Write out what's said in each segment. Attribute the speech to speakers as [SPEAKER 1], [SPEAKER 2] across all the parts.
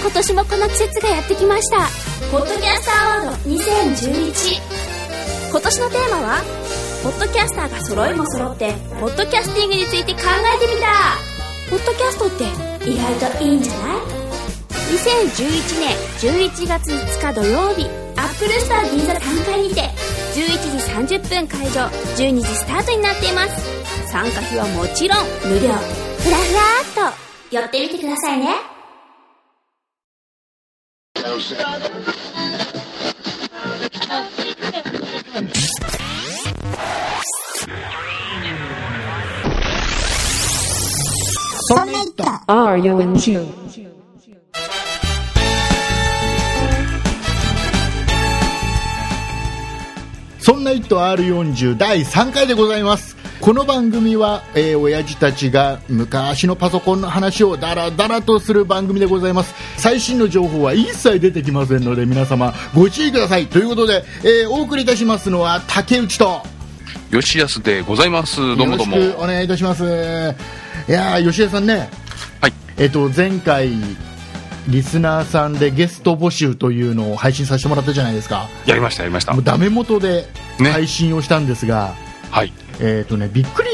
[SPEAKER 1] 今年もこの季節がやってきましたポッドキャスターアワード2011今年のテーマはポッドキャスターが揃いも揃ってポッドキャスティングについて考えてみたポッドキャストって意外といいんじゃない2011年11月5日土曜日アップルスター銀座3階にて11時30分会場12時スタートになっています参加費はもちろん無料ふらふらっと寄ってみてくださいね
[SPEAKER 2] Are you in tune?
[SPEAKER 3] そんな「イット !R40」第3回でございますこの番組は、えー、親父たちが昔のパソコンの話をダラダラとする番組でございます最新の情報は一切出てきませんので皆様ご注意くださいということで、えーお送りいたしますのは竹内と
[SPEAKER 4] 吉安でございます。どうもどうも。
[SPEAKER 3] よろしくお願いいたしますいやー吉江さんね
[SPEAKER 4] はい。
[SPEAKER 3] えっ、と前回リスナーさんでゲスト募集というのを配信させてもらったじゃないですか
[SPEAKER 4] やりました、やりました
[SPEAKER 3] もう。ダメ元で
[SPEAKER 4] ね
[SPEAKER 3] 配信をしたんですが、
[SPEAKER 4] はい。
[SPEAKER 3] えーとね、びっくり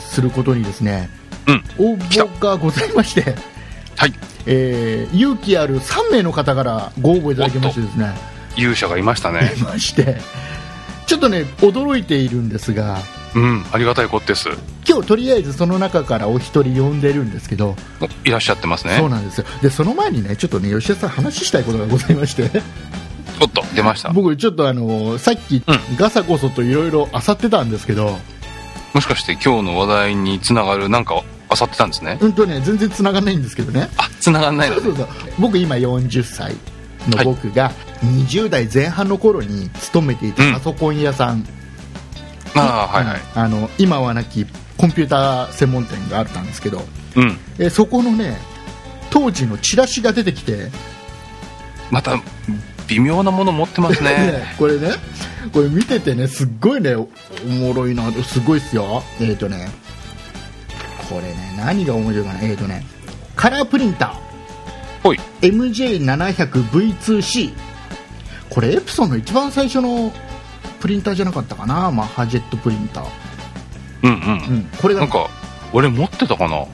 [SPEAKER 3] することにですね、
[SPEAKER 4] うん
[SPEAKER 3] 応募がございまして、
[SPEAKER 4] はい。
[SPEAKER 3] えー勇気ある3名の方からご応募いただきましてですね
[SPEAKER 4] 勇者がいましたね。
[SPEAKER 3] ましてちょっとね驚いているんですが
[SPEAKER 4] うん。ありがたいことです。
[SPEAKER 3] 今日とりあえずその中からお一人呼んでるんですけど、
[SPEAKER 4] おいらっしゃってますね
[SPEAKER 3] そう。なんですよでその前にねちょっとね吉田さん話したいことがございまして
[SPEAKER 4] おっと、出ました。も
[SPEAKER 3] 僕ちょっとあのさっき、
[SPEAKER 4] う
[SPEAKER 3] ガサゴソといろいろ漁ってたんですけど
[SPEAKER 4] しかして今日の話題につながるなんかあさってたんですね。
[SPEAKER 3] うんとね全然繋がんないんですけどね
[SPEAKER 4] あ、つながんないの
[SPEAKER 3] そうそうそう僕今40歳の僕が20代前半の頃に勤めていたパソコン屋さん、
[SPEAKER 4] ああ、はいはい。
[SPEAKER 3] あの今はなきコンピューター専門店があったんですけど
[SPEAKER 4] うん。
[SPEAKER 3] えそこのね当時のチラシが出てきて、
[SPEAKER 4] また、微妙なもの持ってま す
[SPEAKER 3] ね
[SPEAKER 4] ね。
[SPEAKER 3] これねこれ見ててねすっごいねおおもろいなすごいっすよえっ、ー、とねこれね何が面白いかなえっ、ー、とねカラープリンター
[SPEAKER 4] ほい。
[SPEAKER 3] MJ700V2C これエプソンの一番最初のプリンターじゃなかったかなマッハジェットプリンター、
[SPEAKER 4] うん
[SPEAKER 3] う、
[SPEAKER 4] うん
[SPEAKER 3] これ
[SPEAKER 4] ん。
[SPEAKER 3] が
[SPEAKER 4] なんか、俺持ってたかな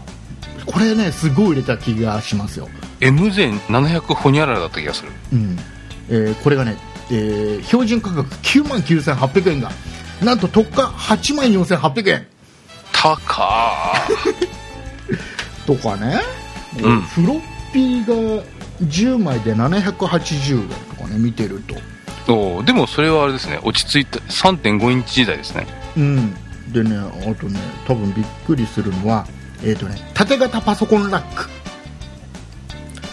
[SPEAKER 3] これねすごい売れた気がしますよ、
[SPEAKER 4] ?MZ700 ホニャララだった気がする。
[SPEAKER 3] うんえーこれがね、えー標準価格9万9800円がなんと特価8万4800円
[SPEAKER 4] たか
[SPEAKER 3] とかね、
[SPEAKER 4] うん
[SPEAKER 3] フロッピーが10枚で780円とかね見てると
[SPEAKER 4] ーおーでもそれはあれですね。落ち着いた3.5インチ時代ですね。
[SPEAKER 3] うん、でねあとね多分びっくりするのは、えーとね、縦型パソコンラック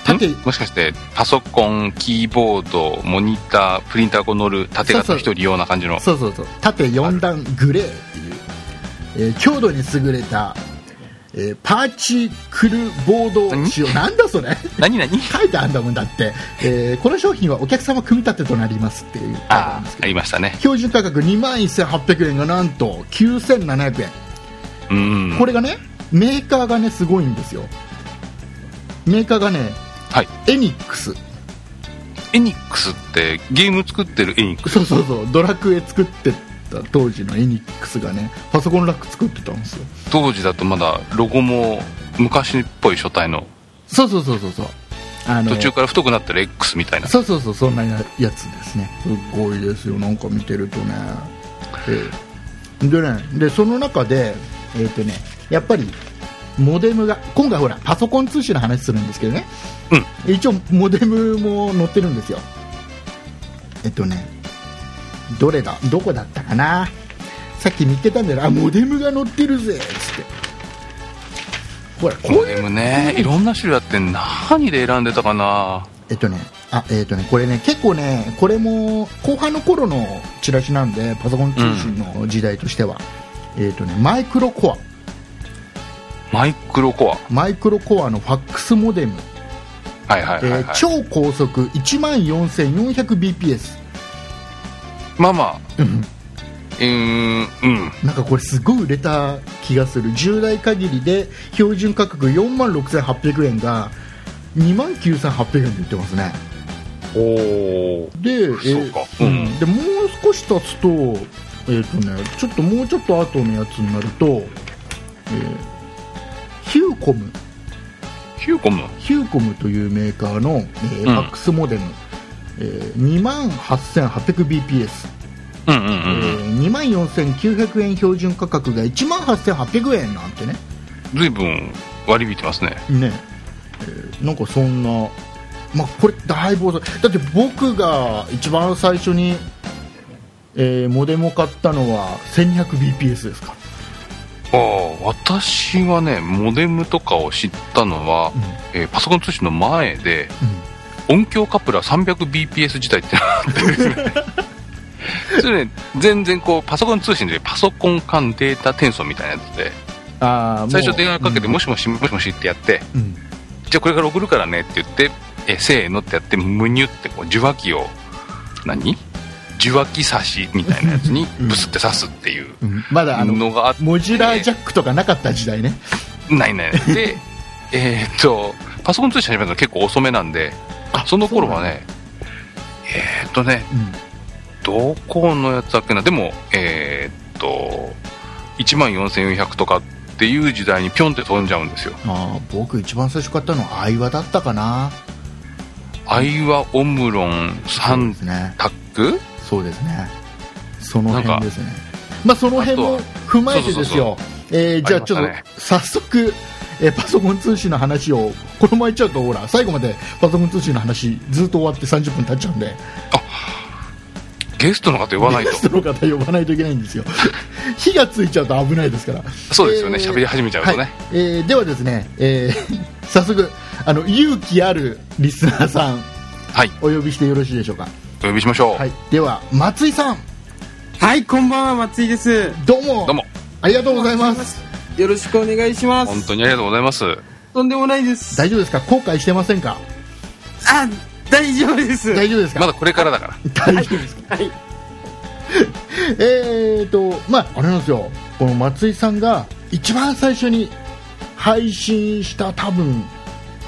[SPEAKER 3] 縦
[SPEAKER 4] んもしかしてパソコンキーボードモニタープリンターが乗る縦
[SPEAKER 3] そうそ
[SPEAKER 4] 型
[SPEAKER 3] う
[SPEAKER 4] 一人用な感じの
[SPEAKER 3] そうそうそう縦4段グレーっていう、えー強度に優れた、えーパーチクルボード仕様なんだそれ
[SPEAKER 4] 何何
[SPEAKER 3] 書いてあんだもんだって、えーこの商品はお客様組み立てとなりますっていう
[SPEAKER 4] あああ
[SPEAKER 3] ど
[SPEAKER 4] りましたね
[SPEAKER 3] 標準価格2万1800円がなんと9700円
[SPEAKER 4] うん
[SPEAKER 3] これがねメーカーがねすごいんですよメーカーがね
[SPEAKER 4] はい
[SPEAKER 3] エニックス
[SPEAKER 4] エニックスってゲーム作ってるエニックス
[SPEAKER 3] そうそうそうドラクエ作ってた当時のエニックスがねパソコンラック作ってたんですよ
[SPEAKER 4] 当時だとまだロゴも昔っぽい書体の
[SPEAKER 3] そうそうそうそうそうあの
[SPEAKER 4] 途中から太くなってる X みたいな
[SPEAKER 3] そうそうそうそんなやつですねすごいですよなんか見てるとね、ええでねでその中でえっ、とねやっぱりモデムが今回ほらパソコン通信の話するんですけどね、一応モデムも載ってるんですよえっとねどれだどこだったかなさっき見てたんだよなあモデムが載ってるぜつってほらこ
[SPEAKER 4] モ
[SPEAKER 3] うい
[SPEAKER 4] デ
[SPEAKER 3] う
[SPEAKER 4] ムねいろんな種類あって何で選んでたかな
[SPEAKER 3] えっとね、あ、えっとね、これね、結構ね、これも後半の頃のチラシなんで、パソコン通信の時代としては。えっとね、マイクロコア、
[SPEAKER 4] マイクロコ
[SPEAKER 3] マイクロコアのファックスモデム、
[SPEAKER 4] アはいはいはい、はい
[SPEAKER 3] えー超高速1万 4400bps。
[SPEAKER 4] まあまあうーんうん
[SPEAKER 3] なんかこれすごい売れた気がする10代限りで標準価格4万6800円が2万9800円で売ってますね
[SPEAKER 4] おお
[SPEAKER 3] で、えー
[SPEAKER 4] そうかうん
[SPEAKER 3] うんでもう少し経つと,、えーとね、ちょっともうちょっと後のやつになると、えーヒューコム
[SPEAKER 4] ヒューコム
[SPEAKER 3] ヒューコムというメーカーの、えー
[SPEAKER 4] ん
[SPEAKER 3] ファックスモデム、えー、2万 8800bps、
[SPEAKER 4] うんうん
[SPEAKER 3] えー、2万4900円標準価格が1万8800円なんてね
[SPEAKER 4] うん随分割り引いてますね
[SPEAKER 3] ね、えーなんかそんな、まあ、これだいぶ遅いだって僕が一番最初に、えーモデムを買ったのは 1200bps ですか
[SPEAKER 4] ああ私はねモデムとかを知ったのは、えーパソコン通信の前で音響カプラ 300bps 自体ってのがあって ですねそれね全然こうパソコン通信でパソコン間データ転送みたいなやつで
[SPEAKER 3] あ
[SPEAKER 4] 最初電話かけて「も
[SPEAKER 3] し、
[SPEAKER 4] しもしもしもし」ってやって
[SPEAKER 3] うんうん
[SPEAKER 4] 「じゃあこれから送るからね」って言って「えせーの」ってやってむにゅってこう受話器を何受話器差しみたいなやつにブスって刺すっていう
[SPEAKER 3] うんまだあの
[SPEAKER 4] のがあって
[SPEAKER 3] モジュラージャックとかなかった時代ね、
[SPEAKER 4] ないない ないでえーっとパソコン通信始めたの結構遅めなんで
[SPEAKER 3] あ
[SPEAKER 4] その頃はねえーっとね
[SPEAKER 3] うん
[SPEAKER 4] どこのやつだっけなでもえーっと1万4400とかっていう時代にピョンって飛んじゃうんですよ
[SPEAKER 3] あー僕一番最初買ったのはアイワだったかな
[SPEAKER 4] アイワオムロン
[SPEAKER 3] そう
[SPEAKER 4] 3
[SPEAKER 3] ですね
[SPEAKER 4] タック
[SPEAKER 3] そうですねその
[SPEAKER 4] なん
[SPEAKER 3] 辺
[SPEAKER 4] か
[SPEAKER 3] ですねまあその辺も
[SPEAKER 4] あと
[SPEAKER 3] 踏まえてですよえーじゃあちょっ
[SPEAKER 4] あ
[SPEAKER 3] と
[SPEAKER 4] りました
[SPEAKER 3] 早速、えーパソコン通信の話をこのままいっちゃうとほら最後までパソコン通信の話ずっと終わって30分経っちゃうんで
[SPEAKER 4] ゲストの方呼ばない
[SPEAKER 3] ゲ
[SPEAKER 4] と
[SPEAKER 3] ストの方呼ばないといけないんですよ 火がついちゃうと危ないですから
[SPEAKER 4] そうですよね
[SPEAKER 3] えー
[SPEAKER 4] 喋、り始めちゃうとね、
[SPEAKER 3] はいえーではですね、えー 早速あの勇気あるリスナーさん
[SPEAKER 4] はい
[SPEAKER 3] お呼びしてよろしいでしょうか、
[SPEAKER 4] お呼びしましょう、
[SPEAKER 3] はい、では松井さん
[SPEAKER 2] はい、こんばんは、松井です。
[SPEAKER 3] どうも
[SPEAKER 4] どうも
[SPEAKER 3] ありがとうございます。
[SPEAKER 2] よろしくお願いします。
[SPEAKER 4] 本当にありがとうございます
[SPEAKER 2] とんでもないです。
[SPEAKER 3] 大丈夫ですか後悔してませんか
[SPEAKER 2] あ、大丈夫です。
[SPEAKER 3] 大丈夫ですか
[SPEAKER 4] まだこれからだから
[SPEAKER 3] 大丈夫ですか
[SPEAKER 2] はい
[SPEAKER 3] えーとまああれなんですよこの松井さんが一番最初に配信した多分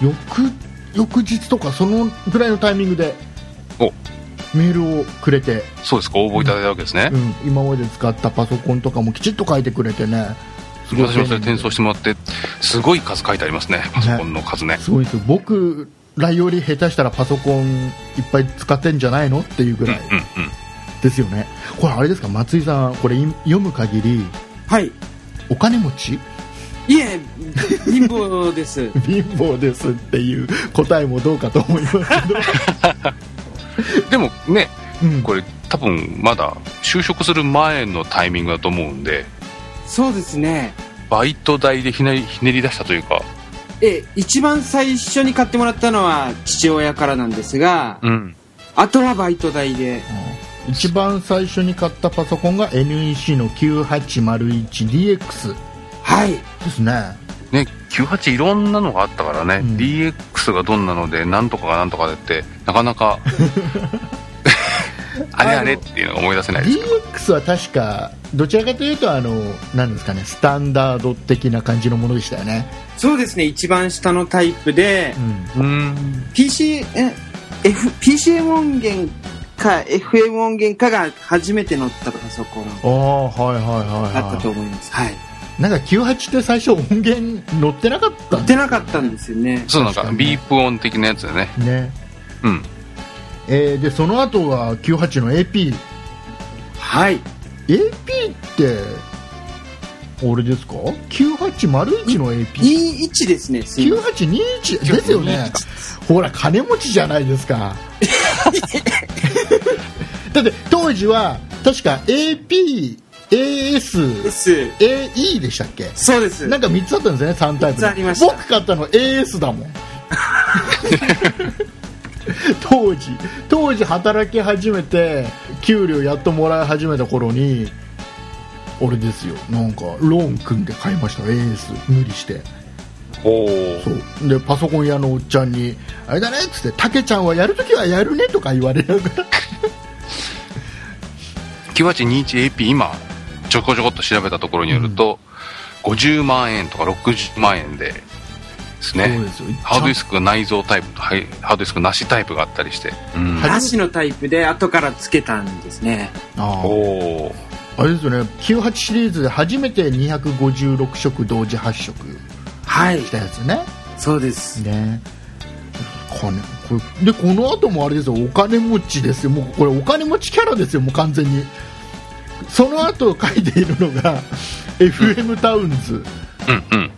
[SPEAKER 3] 翌翌日とかそのぐらいのタイミングで
[SPEAKER 4] お
[SPEAKER 3] メールをくれて、
[SPEAKER 4] そうですか応募いただいたわけですね
[SPEAKER 3] う、ん、今まで使ったパソコンとかもきちっと書いてくれてねす
[SPEAKER 4] 私もそれ転送
[SPEAKER 3] し
[SPEAKER 4] してもらってすごい数書いてありますねパソコンの数ね
[SPEAKER 3] すごいですよ僕らより下手したらパソコンいっぱい使ってんじゃないのっていうぐらい
[SPEAKER 4] うんうん
[SPEAKER 3] ですよね、これあれですか松井さんこれい読む限り
[SPEAKER 2] はい。
[SPEAKER 3] お金持ち
[SPEAKER 2] いえ、貧乏です。
[SPEAKER 3] 貧乏ですっていう答えもどうかと思いますけ ど、
[SPEAKER 4] でもね
[SPEAKER 3] うん、
[SPEAKER 4] これ多分まだ就職する前のタイミングだと思うんで
[SPEAKER 2] そうですね。
[SPEAKER 4] バイト代でひねりひねり出したというか
[SPEAKER 2] え、一番最初に買ってもらったのは父親からなんですが、
[SPEAKER 4] うん
[SPEAKER 2] あとはバイト代で。
[SPEAKER 3] 一番最初に買ったパソコンが NEC の 9801DX
[SPEAKER 2] はい。
[SPEAKER 3] ですね
[SPEAKER 4] ね98いろんなのがあったからね、
[SPEAKER 3] うん
[SPEAKER 4] DX がどんなのでなんとかがなんとかでってなかなかあれあれっていうのが思い出せないですけど
[SPEAKER 3] DX は確かどちらかというとあのなんですかねスタンダード的な感じのものでしたよね、
[SPEAKER 2] そうですね、一番下のタイプで
[SPEAKER 3] う、ん、
[SPEAKER 4] うーん
[SPEAKER 2] PC、え、F、PCM 音源か FM 音源かが初めて乗ったパソコン
[SPEAKER 3] ああはいはいはい、
[SPEAKER 2] だったと
[SPEAKER 3] は
[SPEAKER 2] 思います。はい。
[SPEAKER 3] い、なんか98って最初音源載ってなかった
[SPEAKER 2] 売
[SPEAKER 3] ん
[SPEAKER 2] っ
[SPEAKER 3] で
[SPEAKER 2] てなかったんですよね。
[SPEAKER 4] そうなんか
[SPEAKER 3] 確かに
[SPEAKER 4] ビープ音的なやつでね
[SPEAKER 3] すね、
[SPEAKER 4] うん
[SPEAKER 3] えーでその後は98の AP
[SPEAKER 2] はい。
[SPEAKER 3] AP って俺ですか9801の AP9821
[SPEAKER 2] いい位置ですね、すいません
[SPEAKER 3] ですよねほら金持ちじゃないですか だって当時は確か APASAE
[SPEAKER 2] です。
[SPEAKER 3] でしたっけ
[SPEAKER 2] そうで す。
[SPEAKER 3] なんか3つあったんですよね3タイプ
[SPEAKER 2] 三つありました
[SPEAKER 3] 僕買ったの AS だもん 当時当時働き始めて給料やっともらい始めた頃に俺ですよなんかローン組んで買いました AS 無理して
[SPEAKER 4] おー
[SPEAKER 3] そうでパソコン屋のおっちゃんに「あれだね」っつって「たけちゃんはやるときはやるね」とか言われながら
[SPEAKER 4] 9821AP 今ちょこちょこっと調べたところによると、50万円とか60万円でです
[SPEAKER 3] そう
[SPEAKER 4] ね
[SPEAKER 3] ですよ
[SPEAKER 4] ハードディスクが内蔵タイプとはいハードディスクなしタイプがあったりして、うん
[SPEAKER 3] は
[SPEAKER 2] なしのタイプで後からつけたんですね。
[SPEAKER 3] あー
[SPEAKER 4] おー
[SPEAKER 3] あれですよね98シリーズで初めて256色同時発色
[SPEAKER 2] はい。
[SPEAKER 3] したやつね
[SPEAKER 2] そうです。
[SPEAKER 3] ねこれこれでこの後もあれですよお金持ちですよもうこれお金持ちキャラですよもう完全にその後書いているのが FM タウンズ
[SPEAKER 4] うんうん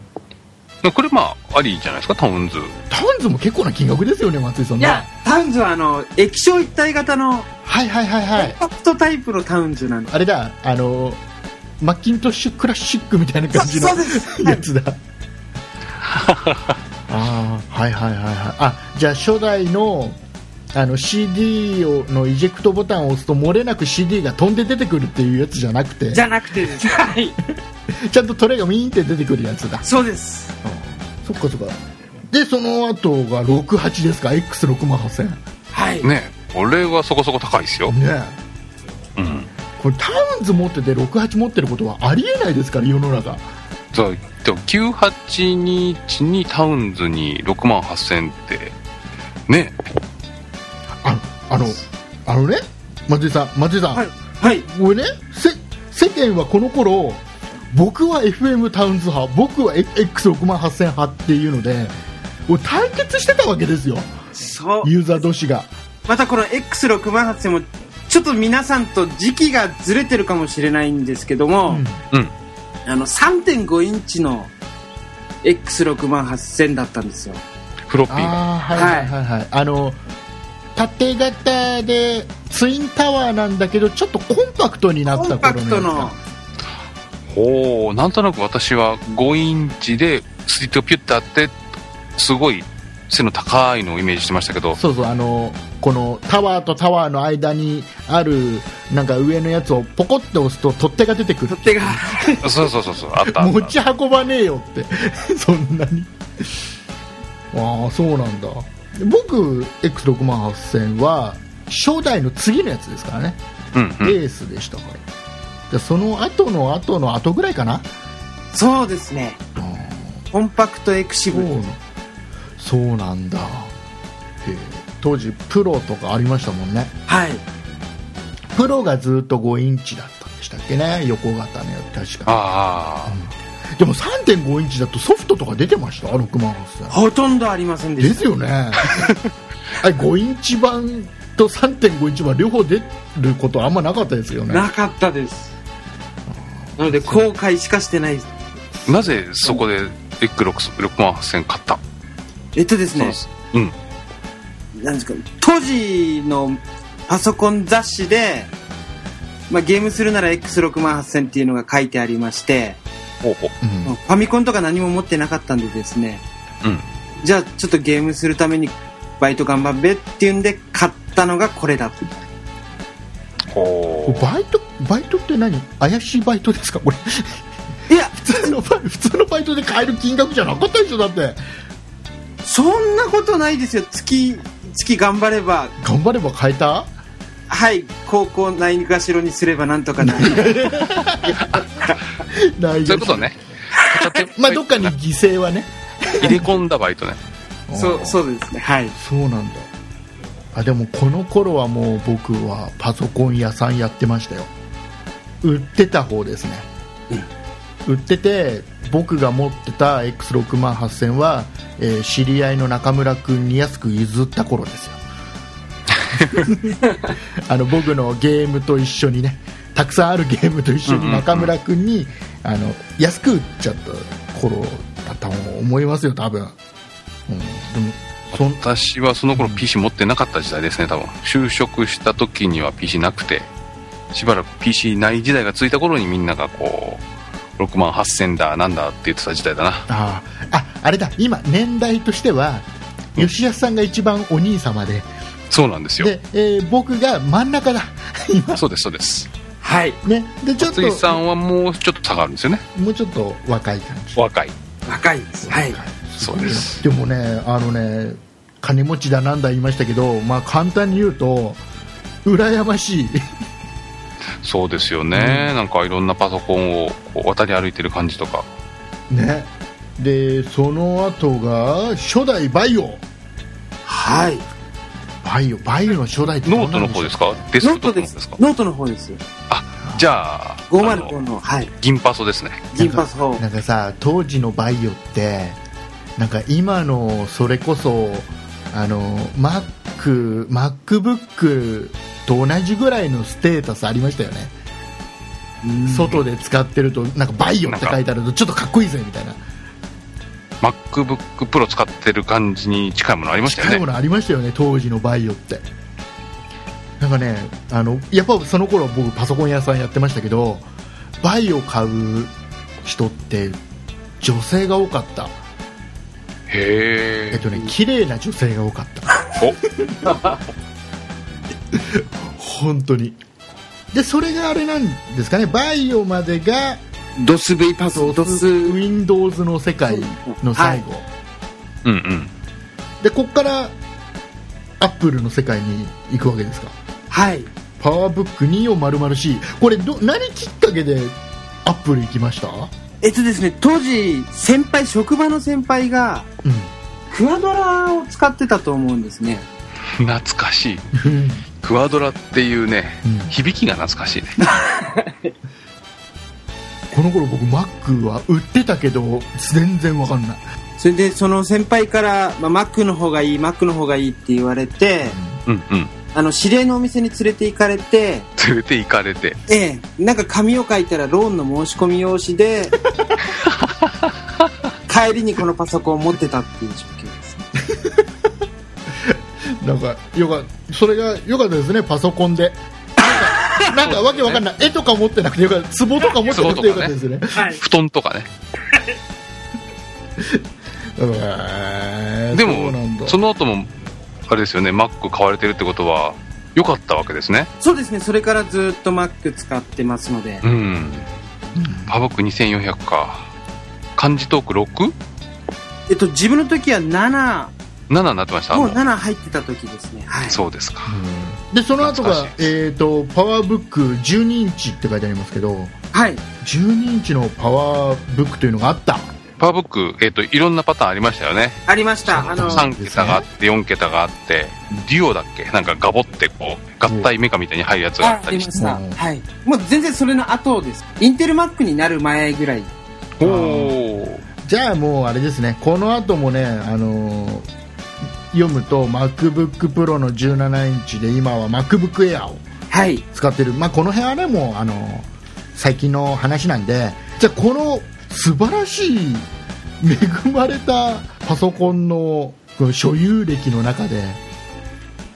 [SPEAKER 4] まあこれまあありじゃないですかタウンズ
[SPEAKER 3] タウンズも結構な金額ですよね松井さん
[SPEAKER 2] い
[SPEAKER 3] ね
[SPEAKER 2] や、タウンズはあの、液晶一体型の
[SPEAKER 3] はいはいはいは
[SPEAKER 2] コン
[SPEAKER 3] い
[SPEAKER 2] パクトタイプのタウンズなんで
[SPEAKER 3] あれだあのマッキントッシュクラシックみたいな感
[SPEAKER 2] す。
[SPEAKER 3] じの
[SPEAKER 2] うです
[SPEAKER 3] やつだああはいはいはいはいあじゃあ初代のあの CD をのイジェクトボタンを押すと漏れなく CD が飛んで出てくるっていうやつじゃなくて
[SPEAKER 2] じゃなくてです。はい。
[SPEAKER 3] ちゃんとトレがミーンって出てくるやつだ
[SPEAKER 2] そうです。
[SPEAKER 3] そっかそっかでその後が68ですか X6 万8000ね
[SPEAKER 2] はい。
[SPEAKER 4] ねこれはそこそこ高いですよ、
[SPEAKER 3] え
[SPEAKER 4] うん、
[SPEAKER 3] これタウンズ持ってて68持ってることはありえないですから世の中
[SPEAKER 4] じゃあでも9821にタウンズに6万8000ってね
[SPEAKER 3] ああのあのね松井さん松井さん、
[SPEAKER 2] はい。はい。
[SPEAKER 3] 俺ねせ世間はこの頃僕は FM タウンズ派僕は X6 万8000派っていうのでもう対決してたわけですよ
[SPEAKER 2] そう。
[SPEAKER 3] ユーザー同士が
[SPEAKER 2] またこの X68000 も、ちょっと皆さんと時期がずれてるかもしれないんですけども、
[SPEAKER 3] うん
[SPEAKER 4] うん
[SPEAKER 2] あの、3.5インチの X68000 だったんですよ。
[SPEAKER 4] フロッピーが
[SPEAKER 3] ああはいはいはいはい、あの縦型でツインタワーなんだけどちょっとコンパクトになっ
[SPEAKER 2] コ
[SPEAKER 3] た
[SPEAKER 2] ンパ
[SPEAKER 3] 頃の
[SPEAKER 2] クト
[SPEAKER 3] やつ
[SPEAKER 2] の
[SPEAKER 3] だ、
[SPEAKER 4] おおなんとなく私は5インチでスリットがピュッてあってすごい背の高いのをイメージしてましたけ ど
[SPEAKER 3] そうそうあのこのタワーとタワーの間にあるなんか上のやつをポコって押すと取っ手が出てくる
[SPEAKER 2] 取っ手が、
[SPEAKER 4] そうそうそうそうあったあっ
[SPEAKER 3] 持
[SPEAKER 4] た
[SPEAKER 3] ち運ばねえよって そんなにああそうなんだ僕 X6 万8000は初代の次のやつですからね
[SPEAKER 4] うん
[SPEAKER 3] エ
[SPEAKER 4] うん
[SPEAKER 3] ースでしたこれでその後の後の後ぐらいかな
[SPEAKER 2] そうですね。コンパクトエクシ
[SPEAKER 3] そ
[SPEAKER 2] ブ
[SPEAKER 3] う
[SPEAKER 2] ル。
[SPEAKER 3] そうなんだへえ当時プロとかありましたもんね
[SPEAKER 2] はい。
[SPEAKER 3] プロがずっと5インチだったんでしたっけね横型のやつ確か
[SPEAKER 4] ああ
[SPEAKER 3] でも3.5インチだとソフトとか出てました6万8000
[SPEAKER 2] ほとんどありませんで
[SPEAKER 3] で
[SPEAKER 2] した。
[SPEAKER 3] すよね あれ5インチ版と3.5インチ版両方出ることあんまなかったですよね
[SPEAKER 2] なかったです。なので、後悔しかしてないです。
[SPEAKER 4] なぜそこでエッグ6万8000買った
[SPEAKER 2] えっとです
[SPEAKER 4] そう
[SPEAKER 2] ね
[SPEAKER 4] で、すうん
[SPEAKER 2] なんですか、当時のパソコン雑誌で、まあ、ゲームするなら X68000 っていうのが書いてありまして、
[SPEAKER 4] ほうほう
[SPEAKER 3] うん
[SPEAKER 2] まあファミコンとか何も持ってなかったんでですね、
[SPEAKER 4] うん
[SPEAKER 2] じゃあちょっとゲームするためにバイト頑張べっていうんで買ったのがこれだと。
[SPEAKER 4] ほう
[SPEAKER 3] バイトバイトって何怪しいバイトですかこれ
[SPEAKER 2] いや、
[SPEAKER 3] 普通のバイ普通のバイトで買える金額じゃなかったでしょだって
[SPEAKER 2] そんなことないですよ。月、月頑張れば、
[SPEAKER 3] 頑張れば買えた
[SPEAKER 2] はい、高校ないがしろにすればなんとかな る。
[SPEAKER 3] ないよ
[SPEAKER 4] そういうことね片手
[SPEAKER 3] まあどっかに犠牲はね
[SPEAKER 4] 入れ込んだバイトね
[SPEAKER 2] そう、そうですね。はい。
[SPEAKER 3] そうなんだあでもこの頃はもう僕はパソコン屋さんやってましたよ売ってた方ですね、売ってて僕が持ってた X6 万8000は、えー知り合いの中村君に安く譲った頃 ですよあの僕のゲームと一緒にねたくさんあるゲームと一緒に中村君に、あの安く売っちゃった頃だったと思いますよ多分、うん、でもそん
[SPEAKER 4] 私はその頃 PC 持ってなかった時代ですね多分就職した時には PC なくてしばらく PC ない時代が続いた頃にみんながこう6万8000だなんだって言ってた時代だな
[SPEAKER 3] ああああれだ今年代としては
[SPEAKER 4] うん
[SPEAKER 3] 吉安さんが一番お兄様で
[SPEAKER 4] そうなんですよ
[SPEAKER 3] で、えー僕が真ん中だ今
[SPEAKER 4] そうですそうです
[SPEAKER 2] はい。
[SPEAKER 3] ねでちょっと
[SPEAKER 4] 松井さんはもうちょっと差があるんですよね
[SPEAKER 3] もうちょっと若い感じ
[SPEAKER 4] 若い
[SPEAKER 2] 若いです。はい。
[SPEAKER 4] そうです
[SPEAKER 3] でもねあのね金持ちだなんだ言いましたけどまあ簡単に言うと羨ましい
[SPEAKER 4] そうですよね、なんかいろんなパソコンをこう渡り歩いてる感じとか
[SPEAKER 3] ねでその後が初代バイオ
[SPEAKER 2] はい。
[SPEAKER 3] バイオバイオの初代って
[SPEAKER 4] ノートの方ですかデス
[SPEAKER 2] ノ
[SPEAKER 4] ク
[SPEAKER 2] ー
[SPEAKER 4] トッ
[SPEAKER 2] ト
[SPEAKER 4] プ
[SPEAKER 2] で
[SPEAKER 4] の方
[SPEAKER 2] す
[SPEAKER 4] ですか。
[SPEAKER 2] ノートの方です。
[SPEAKER 4] じゃあ、あ
[SPEAKER 2] 505
[SPEAKER 4] の
[SPEAKER 2] の、はい。
[SPEAKER 4] 銀パソですね。
[SPEAKER 2] 銀パス法。
[SPEAKER 3] なんかさ当時のバイオってなんか今のそれこそあの Mac MacBook と同じぐらいのステータスありましたよね、
[SPEAKER 2] うん
[SPEAKER 3] 外で使ってるとなんかバイオって書いてあるとちょっとかっこいいぜみたいな
[SPEAKER 4] MacBook Pro 使ってる感じに近いものありました
[SPEAKER 3] 近い
[SPEAKER 4] よ
[SPEAKER 3] も
[SPEAKER 4] ね。
[SPEAKER 3] のありましたよね当時のバイオってなんかねあのやっぱその頃僕パソコン屋さんやってましたけどバイオ買う人って女性が多かった
[SPEAKER 4] へ
[SPEAKER 3] えっ
[SPEAKER 4] え。
[SPEAKER 3] とね綺麗な女性が多かった
[SPEAKER 4] お
[SPEAKER 3] 本当にでそれがあれなんですかねバイオまでが
[SPEAKER 2] ドス V パス、
[SPEAKER 3] そう
[SPEAKER 2] ドス。
[SPEAKER 3] Windows の世界の最後、
[SPEAKER 4] うんうん。
[SPEAKER 3] でこっからアップルの世界に行くわけですか
[SPEAKER 2] はい。
[SPEAKER 3] パワーブック 2400C これど何きっかけでアップル行きました
[SPEAKER 2] えっとですね、当時、先輩、職場の先輩が、
[SPEAKER 3] う
[SPEAKER 2] クアドラを使ってたと思うんですね。
[SPEAKER 4] 懐かしい。
[SPEAKER 3] ん、うん
[SPEAKER 4] クワドラっていうね、
[SPEAKER 3] うん
[SPEAKER 4] 響きが懐かしいね。
[SPEAKER 3] この頃僕 Mac は売ってたけど全然わかんない、
[SPEAKER 2] それで、その先輩から、まあ、Mac の方がいい、Mac の方がいいって言われて、
[SPEAKER 4] うんうん。
[SPEAKER 2] あの、指令のお店に連れて行かれて、
[SPEAKER 4] 連れて行かれて。
[SPEAKER 2] ええ、なんか紙を書いたらローンの申し込み用紙で、帰りにこのパソコンを持ってたっていう状況ですね。
[SPEAKER 3] なんかよかそれがよかったですねパソコンでなんかなんかわけわかんない、絵とか持ってなくてよかった壺とか持ってなくてよかったですね
[SPEAKER 4] 布団とかね。
[SPEAKER 3] へー
[SPEAKER 4] で
[SPEAKER 3] そうなんだ
[SPEAKER 4] も、その後も、あれですよね、Mac 買われてるってことは、良かったわけですね。
[SPEAKER 2] そうですね、それからずっと Mac 使ってますので
[SPEAKER 4] う、ん。パブック2400か。漢字トーク 6?7
[SPEAKER 2] えっと、自分の時は7、
[SPEAKER 4] になってました
[SPEAKER 2] もう
[SPEAKER 4] もう
[SPEAKER 2] 7入ってた時ですね。はい。
[SPEAKER 4] そうですか。
[SPEAKER 3] でその後が
[SPEAKER 4] 懐か
[SPEAKER 3] えっ、とパワーブック12インチって書いてありますけど
[SPEAKER 2] はい。
[SPEAKER 3] 12インチのパワーブックというのがあった
[SPEAKER 4] パワーブック、えっ、と、いろんなパターンありましたよね。
[SPEAKER 2] ありました。あの、
[SPEAKER 4] 3桁があって、4桁があって、デュオだっけなんかガボってこう、合体メカみたいに入るやつがあ
[SPEAKER 2] あ
[SPEAKER 4] った
[SPEAKER 2] り
[SPEAKER 4] り
[SPEAKER 2] ま
[SPEAKER 4] して。
[SPEAKER 2] した。
[SPEAKER 3] うん
[SPEAKER 2] はい。もう全然それの後です。インテル Mac になる前ぐらい。
[SPEAKER 4] おー。
[SPEAKER 3] じゃあもうあれですねこの後もねあのー読むと MacBookPro の17インチで今は MacBookAir を
[SPEAKER 2] はい。
[SPEAKER 3] 使ってる、まあ、この辺はねもうあのー最近の話なんでじゃあこの素晴らしい恵まれたパソコンのこの所有歴の中で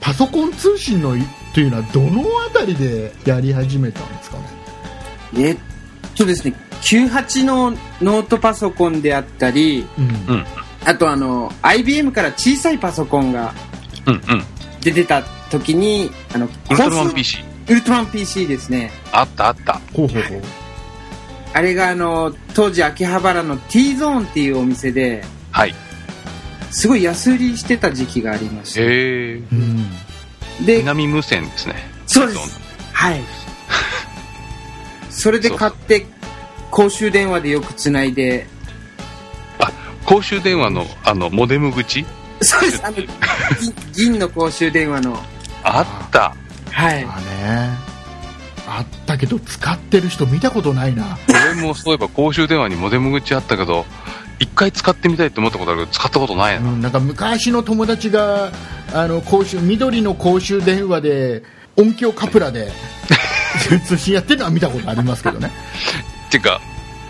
[SPEAKER 3] パソコン通信のいというのはどのあたりでやり始めたんですかね
[SPEAKER 2] えっとですね、98のノートパソコンであったり、
[SPEAKER 3] うん
[SPEAKER 4] うん。
[SPEAKER 2] あとあの、IBM から小さいパソコンが
[SPEAKER 4] うんうん。
[SPEAKER 2] 出てた時に、あの、
[SPEAKER 4] ウルトラマン
[SPEAKER 2] コース
[SPEAKER 4] PC。
[SPEAKER 2] ウルトラマン PC ですね。
[SPEAKER 4] あったあった。
[SPEAKER 3] ほうほうほう
[SPEAKER 2] あれがあの、当時秋葉原の T ゾーンっていうお店で、
[SPEAKER 4] はい。
[SPEAKER 2] すごい安売りしてた時期がありまして。
[SPEAKER 4] へー。
[SPEAKER 3] うん
[SPEAKER 2] で、
[SPEAKER 4] 南無線ですね。
[SPEAKER 2] そうです。はい。それで買って、公衆電話でよくつないで、
[SPEAKER 4] 公衆電話の、あの、モデム口
[SPEAKER 2] そうです。あの、銀銀の公衆電話の。
[SPEAKER 4] あった。
[SPEAKER 2] はい。
[SPEAKER 3] まあねあったけど使ってる人見たことないな
[SPEAKER 4] 俺もそういえば公衆電話にモデム口あったけど、一回使ってみたいと思ったことあるけど、使ったことないな。
[SPEAKER 3] うんなんか昔の友達があの公衆緑の公衆電話で音響カプラで通信やってるのは見たことありますけどね
[SPEAKER 4] ていうか、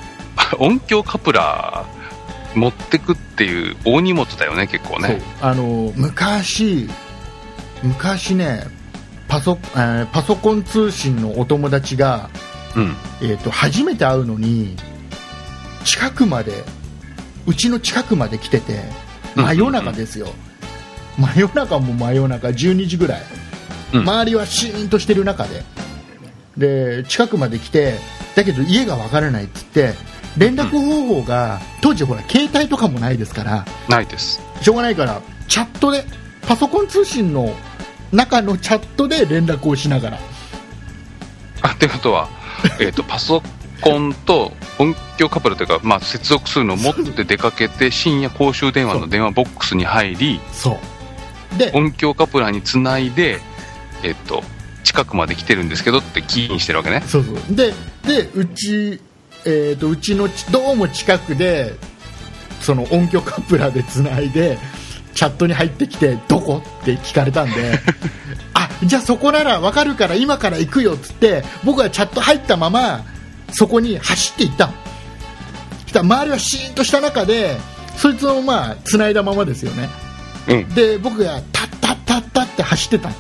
[SPEAKER 4] 音響カプラ持ってくっていう大荷物だよね、結構
[SPEAKER 3] そう
[SPEAKER 4] ね。
[SPEAKER 3] あの昔昔ねパソ,、えーパソコン通信のお友達が、
[SPEAKER 4] うん。
[SPEAKER 3] えー、と初めて会うのに近くまでうちの近くまで来てて真夜中ですよ、真夜中も真夜中12時ぐらい、
[SPEAKER 4] うん
[SPEAKER 3] 周りはシーンとしてる中でで近くまで来てだけど家がわからないっつって連絡方法が、当時ほら携帯とかもないですから
[SPEAKER 4] ないです。
[SPEAKER 3] しょうがないからチャットでパソコン通信の中のチャットで連絡をしながら
[SPEAKER 4] あ、ってことは、えっ、と、パソコンと音響カプラというか、まあ、接続するのを持って出かけて深夜公衆電話の電話ボックスに入り
[SPEAKER 3] そうで
[SPEAKER 4] 音響カプラにつないで、えっと、近くまで来てるんですけどってキーンしてるわけね
[SPEAKER 3] そうそうででうち、えー、とうちのちどうも近くでその音響カップラーでつないでチャットに入ってきてどこって聞かれたんであじゃあそこなら分かるから今から行くよっつって僕はチャット入ったままそこに走って行ったのしたら周りはシーンとした中でそいつをまあつないだままですよね
[SPEAKER 4] うん
[SPEAKER 3] で僕がタッタッタッタッって走ってたの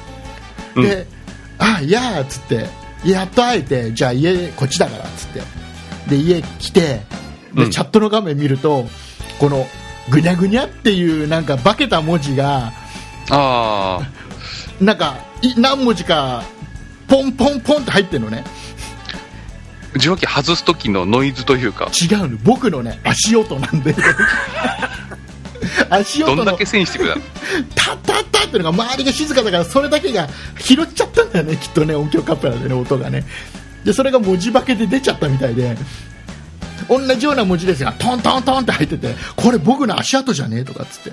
[SPEAKER 4] うん
[SPEAKER 3] で、あいやーっつってやっと会えてじゃあ家こっちだからっつってで家来てで、
[SPEAKER 4] うん
[SPEAKER 3] チャットの画面見るとこのぐにゃぐにゃっていうなんか化けた文字が
[SPEAKER 4] ああ
[SPEAKER 3] なんかい何文字かポンポンポンって入ってるのね
[SPEAKER 4] 受話器外す時のノイズというか
[SPEAKER 3] 違うの僕のね足音なん で足
[SPEAKER 4] ど
[SPEAKER 3] 音
[SPEAKER 4] んだ
[SPEAKER 3] の
[SPEAKER 4] けセンシティブだ
[SPEAKER 3] タッタッタっていうのが周りが静かだからそれだけが拾っちゃったんだよねきっとね音響カップラーでね音がねでそれが文字化けで出ちゃったみたいで同じような文字ですがトントントンって入っててこれ僕の足跡じゃねえとかっつって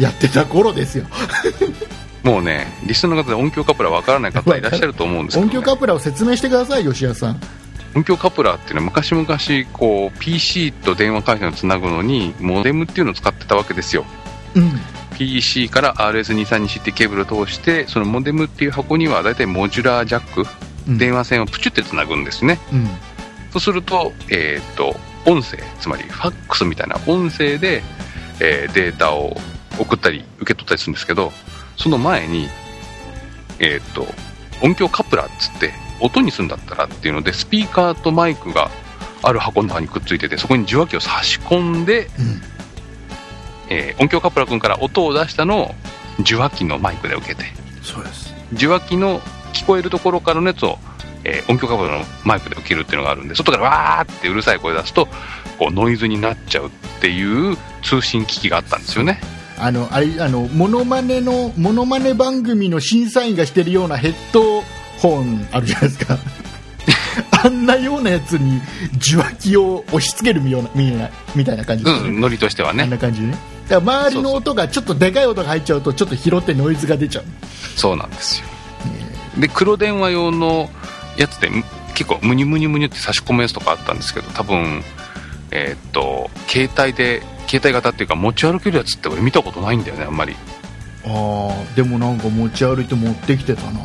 [SPEAKER 3] やってた頃ですよ
[SPEAKER 4] もうねリスナーの方で音響カプラわからない方いらっしゃると思うんですけ
[SPEAKER 3] 音
[SPEAKER 4] ど、ね、
[SPEAKER 3] 響カップラーを説明してください吉谷さん
[SPEAKER 4] 音響カプラーっていうのは昔々こう PC と電話回線をつなぐのにモデムっていうのを使ってたわけですよ
[SPEAKER 3] うん、
[SPEAKER 4] PC から RS232C ってケーブルを通してそのモデムっていう箱には大体モジュラージャック、
[SPEAKER 3] うん
[SPEAKER 4] 電話線をプチュってつなぐんですね
[SPEAKER 3] うん
[SPEAKER 4] そうすると,、えー、と音声つまりファックスみたいな音声で、えーデータを送ったり受け取ったりするんですけどその前に、えー、と音響カプラーっつって音にするんだったらっていうのでスピーカーとマイクがある箱の中にくっついててそこに受話器を差し込んで、
[SPEAKER 3] うん
[SPEAKER 4] えー音響カプラー君から音を出したのを受話器のマイクで受けて
[SPEAKER 3] そうです
[SPEAKER 4] 受話器の聞こえるところからのやつを、えー音響カバーのマイクで受けるっていうのがあるんで外からわーってうるさい声出すとこうノイズになっちゃうっていう通信機器があったんですよね
[SPEAKER 3] あのあれあのモノマネのモノマネ番組の審査員がしてるようなヘッドホンあるじゃないですか あんなようなやつに受話器を押し付けるようなみたいなみたいな感じ
[SPEAKER 4] う
[SPEAKER 3] ですね、
[SPEAKER 4] んノリとしては
[SPEAKER 3] あん
[SPEAKER 4] ね
[SPEAKER 3] な感じでねだから周りの音がちょっとでかい音が入っちゃうとちょっと拾ってノイズが出ちゃう
[SPEAKER 4] そうなんですよで黒電話用のやつでむ結構ムニュムニュムニュって差し込むやつとかあったんですけど多分えーっと携帯で携帯型っていうか持ち歩けるやつって俺見たことないんだよねあんまり
[SPEAKER 3] ああでもなんか持ち歩いて持ってきてたな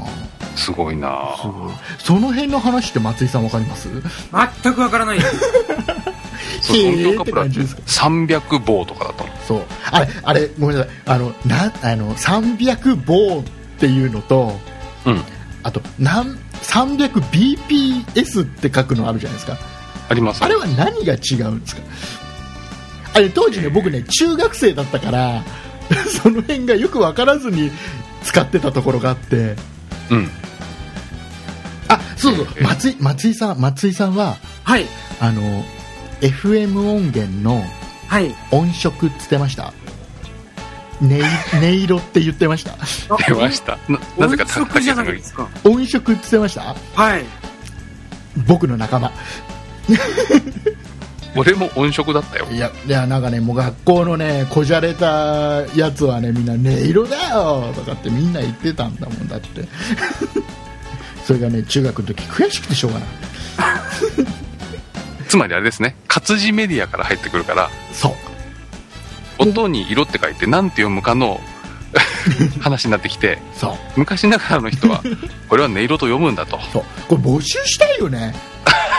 [SPEAKER 4] すごいな
[SPEAKER 3] すごいその辺の話って松井さんわかります
[SPEAKER 2] 全くわからないよ。
[SPEAKER 4] そう
[SPEAKER 3] へー
[SPEAKER 4] 音響カプラー
[SPEAKER 3] って感じです
[SPEAKER 4] って300棒とかだと思う
[SPEAKER 3] そうあれあれごめんなさいあのなあの300棒っていうのと
[SPEAKER 4] うん
[SPEAKER 3] あとなん 300bps って書くのあるじゃないですか
[SPEAKER 4] あります
[SPEAKER 3] あれは何が違うんですかあれ当時ね僕ね中学生だったから その辺がよく分からずに使ってたところがあって
[SPEAKER 4] うん
[SPEAKER 3] あそうそう
[SPEAKER 4] ええ
[SPEAKER 3] 松井松井さん松井さんは
[SPEAKER 2] はい。
[SPEAKER 3] あの FM 音源の
[SPEAKER 2] はい。
[SPEAKER 3] 音色っつってました音音色って言ってました
[SPEAKER 4] 出ました。ななぜか高
[SPEAKER 2] 音
[SPEAKER 4] 橋
[SPEAKER 2] 色じ
[SPEAKER 4] さ
[SPEAKER 2] ゃ
[SPEAKER 4] んが
[SPEAKER 2] ないですか。
[SPEAKER 3] 音色っつってました
[SPEAKER 2] はい。
[SPEAKER 3] 僕の仲間
[SPEAKER 4] 俺も音色だったよ。
[SPEAKER 3] いやいやなんかねもう学校のねこじゃれたやつはねみんな音色だよとかってみんな言ってたんだもんだって それがね中学の時悔しくてしょうがない
[SPEAKER 4] つまりあれですね、活字メディアから入ってくるから、
[SPEAKER 3] そう
[SPEAKER 4] 音に色って書いて、なんて読むか の話になってきて、
[SPEAKER 3] そう
[SPEAKER 4] 昔ながらの人は、これは音色と読むんだと。
[SPEAKER 3] そうこれ募集したいよね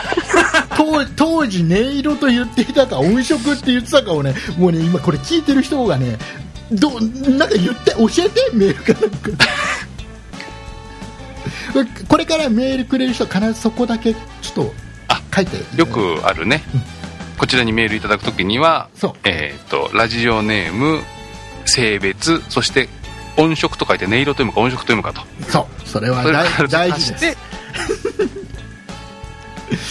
[SPEAKER 3] 当当時音色と言っていたか音色って言ってたかをねもうね今これ聞いてる人がねどうなんか言って教えてメールかなんかこれから メールくれる人必ずそこだけちょっと
[SPEAKER 4] あ
[SPEAKER 3] 書いて
[SPEAKER 4] よくあるね、こちらにメールいただくときには、
[SPEAKER 3] そう
[SPEAKER 4] えっ、と、ラジオネーム、性別、そして音色と書いて音色と読むか音色と読むかと。
[SPEAKER 3] そうそれは
[SPEAKER 4] それ
[SPEAKER 3] 大
[SPEAKER 4] から
[SPEAKER 3] 大
[SPEAKER 4] 足
[SPEAKER 3] 事
[SPEAKER 4] し
[SPEAKER 3] で
[SPEAKER 4] て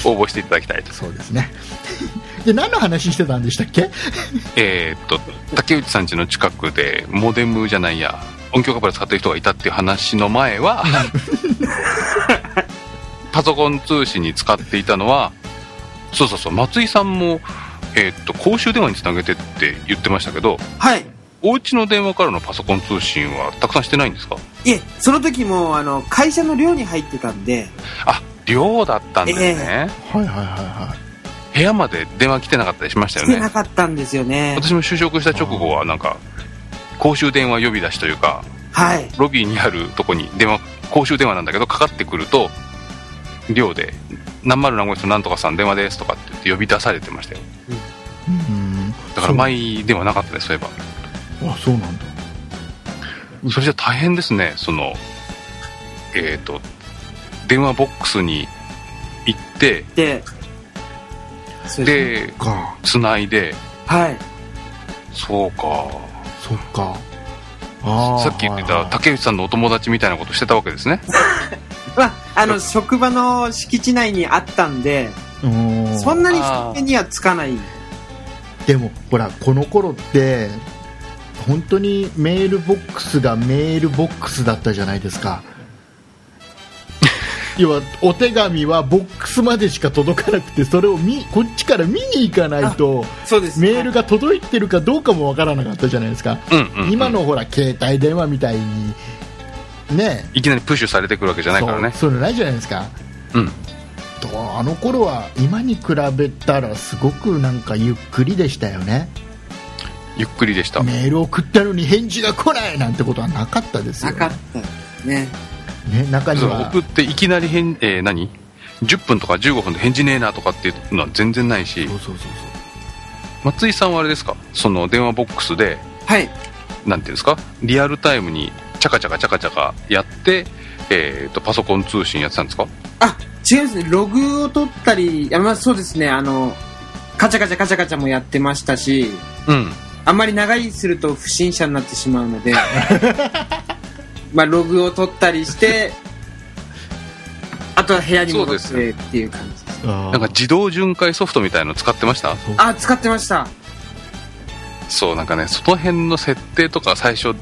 [SPEAKER 3] す、
[SPEAKER 4] 応募していただきたいと。
[SPEAKER 3] そうですねで何の話してたんでしたっけ
[SPEAKER 4] えーっと竹内さん家の近くでモデムじゃないや音響カメラ使ってる人がいたっていう話の前 はパソコン通信に使っていたのはそうそうそう松井さんも、えーっと公衆電話につなげてって言ってましたけど
[SPEAKER 2] はい。
[SPEAKER 4] お家の電話からのパソコン通信はたくさんしてないんですか
[SPEAKER 2] いえ、その時も、あの、会社の寮に入ってたんで、
[SPEAKER 4] あ寮だったんですね、
[SPEAKER 3] はいはいはいは
[SPEAKER 4] 部屋まで電話来てなかったりしました
[SPEAKER 2] 来
[SPEAKER 4] よ
[SPEAKER 2] てな
[SPEAKER 4] ね
[SPEAKER 2] かったんですよね。
[SPEAKER 4] 私も就職した直後はなんか公衆電話呼び出しというか
[SPEAKER 2] はい。
[SPEAKER 4] ロビーにあるとこに電話公衆電話なんだけどかかってくると寮で「何丸何号室のなんとかさん電話です」とかって言って呼び出されてましたよ
[SPEAKER 3] いうん
[SPEAKER 4] だから前ではなかったですそういえば
[SPEAKER 3] そうあそうなんだ
[SPEAKER 4] それじゃ大変ですね、その、えっ、と、電話ボックスに行って、
[SPEAKER 2] で、そうすね、
[SPEAKER 4] で、
[SPEAKER 3] か
[SPEAKER 4] 繋いで、
[SPEAKER 2] はい。
[SPEAKER 4] そうか、
[SPEAKER 3] そっかあー
[SPEAKER 4] さっき言っ
[SPEAKER 3] は
[SPEAKER 4] て
[SPEAKER 3] い
[SPEAKER 4] た
[SPEAKER 3] はい
[SPEAKER 4] 竹内さんのお友達みたいなことしてたわけですね。
[SPEAKER 2] まあ、あの、職場の敷地内にあったんで、
[SPEAKER 3] うん
[SPEAKER 2] そんなに人目にはつかない。
[SPEAKER 3] でもほらこの頃って本当にメールボックスがメールボックスだったじゃないです か要はお手紙はボックスまでしか届かなくてそれを見こっちから見に行かないと
[SPEAKER 2] そうです
[SPEAKER 3] メールが届いてるかどうかもわからなかったじゃないですか、
[SPEAKER 4] うんうん、うん
[SPEAKER 3] 今。のほら携帯電話みたいにね
[SPEAKER 4] いきなりプッシュされてくるわけじゃないからね。
[SPEAKER 3] そうそういうのないじゃないですか
[SPEAKER 4] うん。
[SPEAKER 3] とあの頃は今に比べたらすごくなんかゆっくりでしたよね
[SPEAKER 4] ゆっくりでした。
[SPEAKER 3] メールを送ったのに返事が来ないなんてことはなかったですよ、
[SPEAKER 2] な
[SPEAKER 3] ね、
[SPEAKER 2] かったですね。
[SPEAKER 3] ね中に
[SPEAKER 4] そう
[SPEAKER 3] は
[SPEAKER 4] 送っていきなり返、えー何 ?10 分とか15分で返事ねえなとかっていうのは全然ないし
[SPEAKER 3] そう、そうそうそう
[SPEAKER 4] 松井さんはあれですかその電話ボックスで、
[SPEAKER 2] はい。
[SPEAKER 4] なんていうんですかリアルタイムにチャカチャカチャカチャカやって、えー、とパソコン通信やってたんですか
[SPEAKER 2] あ、違いますね。ログを取ったり、あまあ、そうですね。あの、カチャカチャカチャカチャもやってましたし、
[SPEAKER 4] うん
[SPEAKER 2] あんまり長いすると不審者になってしまうので、まあ、ログを取ったりして、あとは部屋に戻っ
[SPEAKER 4] そうで
[SPEAKER 2] てっていう感じです。
[SPEAKER 3] あー
[SPEAKER 4] なんか自動巡回ソフトみたいの使ってました
[SPEAKER 3] そう
[SPEAKER 2] あ、使ってました。
[SPEAKER 4] そうなんかねその辺の設定とか最初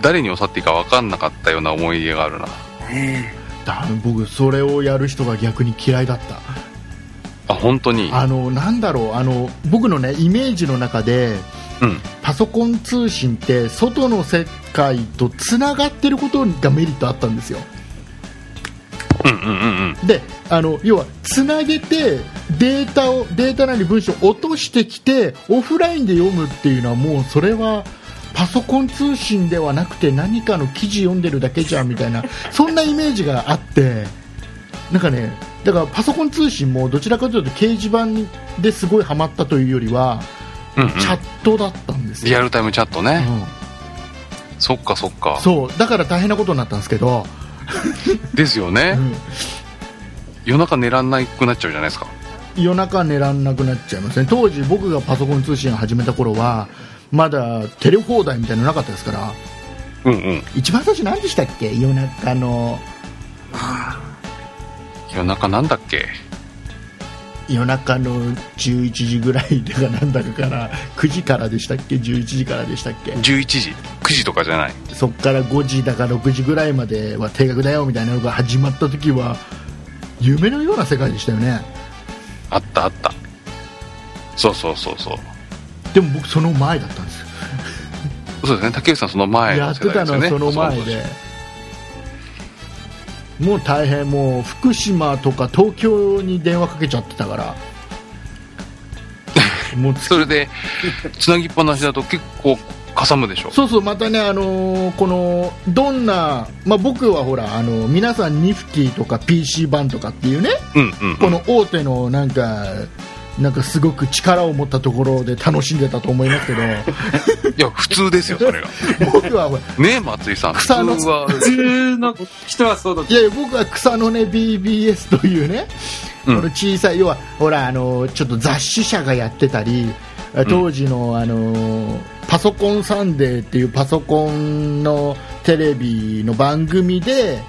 [SPEAKER 4] 誰に教わっていいか分かんなかったような思い出があるな
[SPEAKER 2] ね
[SPEAKER 3] だ僕それをやる人が逆に嫌いだった
[SPEAKER 4] あ本当に
[SPEAKER 3] あのなんだろうあの僕のねイメージの中で
[SPEAKER 4] うん
[SPEAKER 3] パソコン通信って外の世界とつながってることがメリットあったんですよ
[SPEAKER 4] うんうんうんうん
[SPEAKER 3] であの要はつなげてデータをデータなり文章を落としてきてオフラインで読むっていうのはもうそれはパソコン通信ではなくて何かの記事読んでるだけじゃんみたいな そんなイメージがあってなんかねだからパソコン通信もどちらかというと掲示板ですごいハマったというよりは
[SPEAKER 4] うんうん
[SPEAKER 3] チャットだったんです
[SPEAKER 4] リア
[SPEAKER 3] よ、
[SPEAKER 4] ルタイムチャットね、
[SPEAKER 3] う
[SPEAKER 4] そっかそっか
[SPEAKER 3] んそうだから大変なことになったんですけど、
[SPEAKER 4] ですよね、
[SPEAKER 3] うん
[SPEAKER 4] 夜中寝らんなくなっちゃうじゃないですか
[SPEAKER 3] 夜中寝らんなくなっちゃいますね当時僕がパソコン通信を始めた頃はまだテレ放題みたいなのなかったですから
[SPEAKER 4] うんうん
[SPEAKER 3] 一番最初何でしたっけ夜中の
[SPEAKER 4] 夜中なんだっけ
[SPEAKER 3] 夜中の11時ぐらいでかなんだかから9時からでしたっけ11時からでしたっけ
[SPEAKER 4] 11時9時とかじゃない
[SPEAKER 3] そっから5時だか6時ぐらいまでは定額だよみたいなのが始まった時は夢のような世界でしたよね
[SPEAKER 4] あったあったそうそうそうそう
[SPEAKER 3] でも僕その前だったんですよ
[SPEAKER 4] そうですね竹内さんその前
[SPEAKER 3] や
[SPEAKER 4] の
[SPEAKER 3] っ
[SPEAKER 4] 世
[SPEAKER 3] て
[SPEAKER 4] 代
[SPEAKER 3] た
[SPEAKER 4] で
[SPEAKER 3] のは
[SPEAKER 4] すよね
[SPEAKER 3] その前でもう大変もう福島とか東京に電話かけちゃってた からもうつ
[SPEAKER 4] そ れでつなぎっぱなしだと結構かさむでしょ
[SPEAKER 3] そうそうまたねあのーこのどんな、まあ、僕はほらあの皆さんニフティとか PC 版とかっていうね
[SPEAKER 4] うんうん
[SPEAKER 3] この大手のなんかなんかすごく力を持ったところで楽しんでたと思いますけ ど
[SPEAKER 4] いや普通ですよそれが
[SPEAKER 3] 僕はほら
[SPEAKER 4] ねえ松井さん普通
[SPEAKER 3] 草の
[SPEAKER 4] は
[SPEAKER 2] 普通の人はそうだと
[SPEAKER 3] いやいや僕は草の根 BBS というね、
[SPEAKER 4] うん
[SPEAKER 3] この小さい要はほらあのちょっと雑誌社がやってたり当時の、あのパソコンサンデーっていうパソコンのテレビの番組で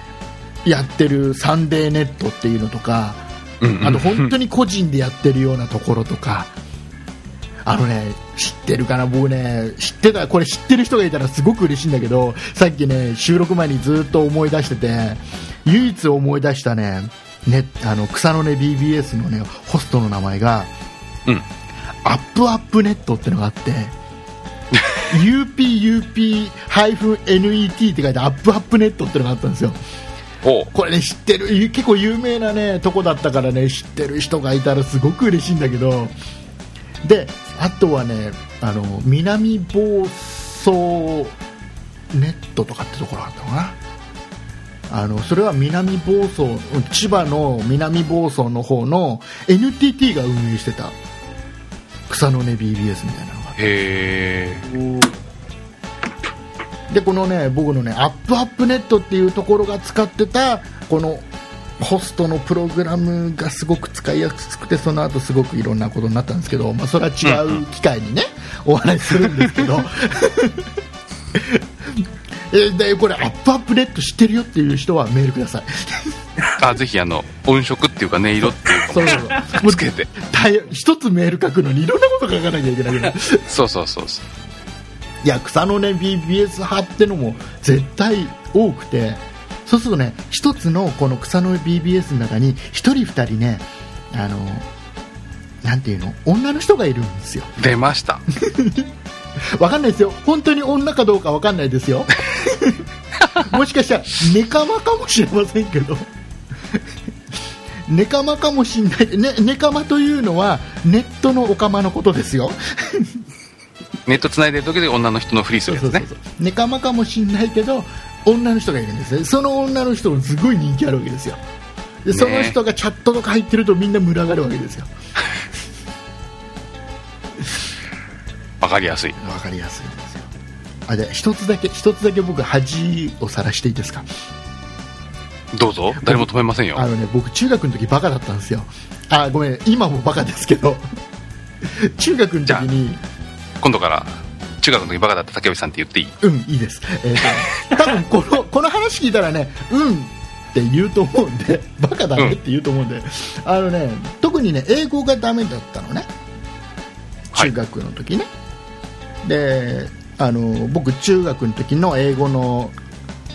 [SPEAKER 3] やってるサンデーネットっていうのとか、
[SPEAKER 4] うんうん
[SPEAKER 3] あと本当に個人でやってるようなところとか、あのね、知ってるかな、僕ね、知ってた、これ知ってる人がいたらすごく嬉しいんだけど、さっきね、収録前にずっと思い出してて、唯一思い出したね、ね、あの草の根 BBS の、ね、ホストの名前が、
[SPEAKER 4] うん
[SPEAKER 3] アップアップネットってのがあって UPUP-NET って書いてアップアップネットってのがあったんですよ
[SPEAKER 4] おう
[SPEAKER 3] これね知ってる結構有名なねとこだったからね知ってる人がいたらすごく嬉しいんだけどであとはねあの南房総ネットとかってところがあったのかなあのそれは南房総千葉の南房総の方の NTT が運営してた草の根 BBS みたいなのがあって
[SPEAKER 4] へえ
[SPEAKER 3] でこのね僕のねアップアップネットっていうところが使ってたこのホストのプログラムがすごく使いやすくてその後すごくいろんなことになったんですけど、まあ、それは違う機会にねお話しするんですけ どえでこれアップアップネット知ってるよっていう人はメールください
[SPEAKER 4] あぜひあの音色っていうか音色っていうか
[SPEAKER 3] そうそうそうもう
[SPEAKER 4] つけて
[SPEAKER 3] 大変一つメール書くのにいろんなこと書かなきゃいけないから
[SPEAKER 4] そうそうそうそう
[SPEAKER 3] いや草の根 BBS 派ってのも絶対多くてそうするとね一つのこの草の根 BBS の中に1人2人ねあのなんていうの女の人がいるんですよ
[SPEAKER 4] 出ました
[SPEAKER 3] わかんないですよ本当に女かどうかわかんないですよもしかしたらネカマかもしれませんけどネカマかもしんない、ね、ネカマというのはネットのオカマのことですよ
[SPEAKER 4] ネット繋いでる時で女の人のフリーす
[SPEAKER 3] そう
[SPEAKER 4] る
[SPEAKER 3] そ
[SPEAKER 4] や
[SPEAKER 3] う
[SPEAKER 4] つ
[SPEAKER 3] そう
[SPEAKER 4] ね
[SPEAKER 3] そうネカマかもしんないけど女の人がいるんですねその女の人もすごい人気あるわけですよでその人がチャットとか入ってるとみんな群がるわけですよ
[SPEAKER 4] わかりやすい
[SPEAKER 3] わかりやすいんですよあで一つだけ一つだけ僕恥をさらしていいですか
[SPEAKER 4] どうぞ誰も止めませんよ
[SPEAKER 3] あのね僕中学の時バカだったんですよあごめん今もバカですけど中学の時に
[SPEAKER 4] 今度から中学の時バカだった竹内さんって言っていい
[SPEAKER 3] うんいいです、えーと多分このこの話聞いたらねうんって言うと思うん でバカだねって言うと思うんで、あのね特にね英語がダメだったのね
[SPEAKER 4] はい
[SPEAKER 3] 中学の時ね、であの僕中学の時の英語の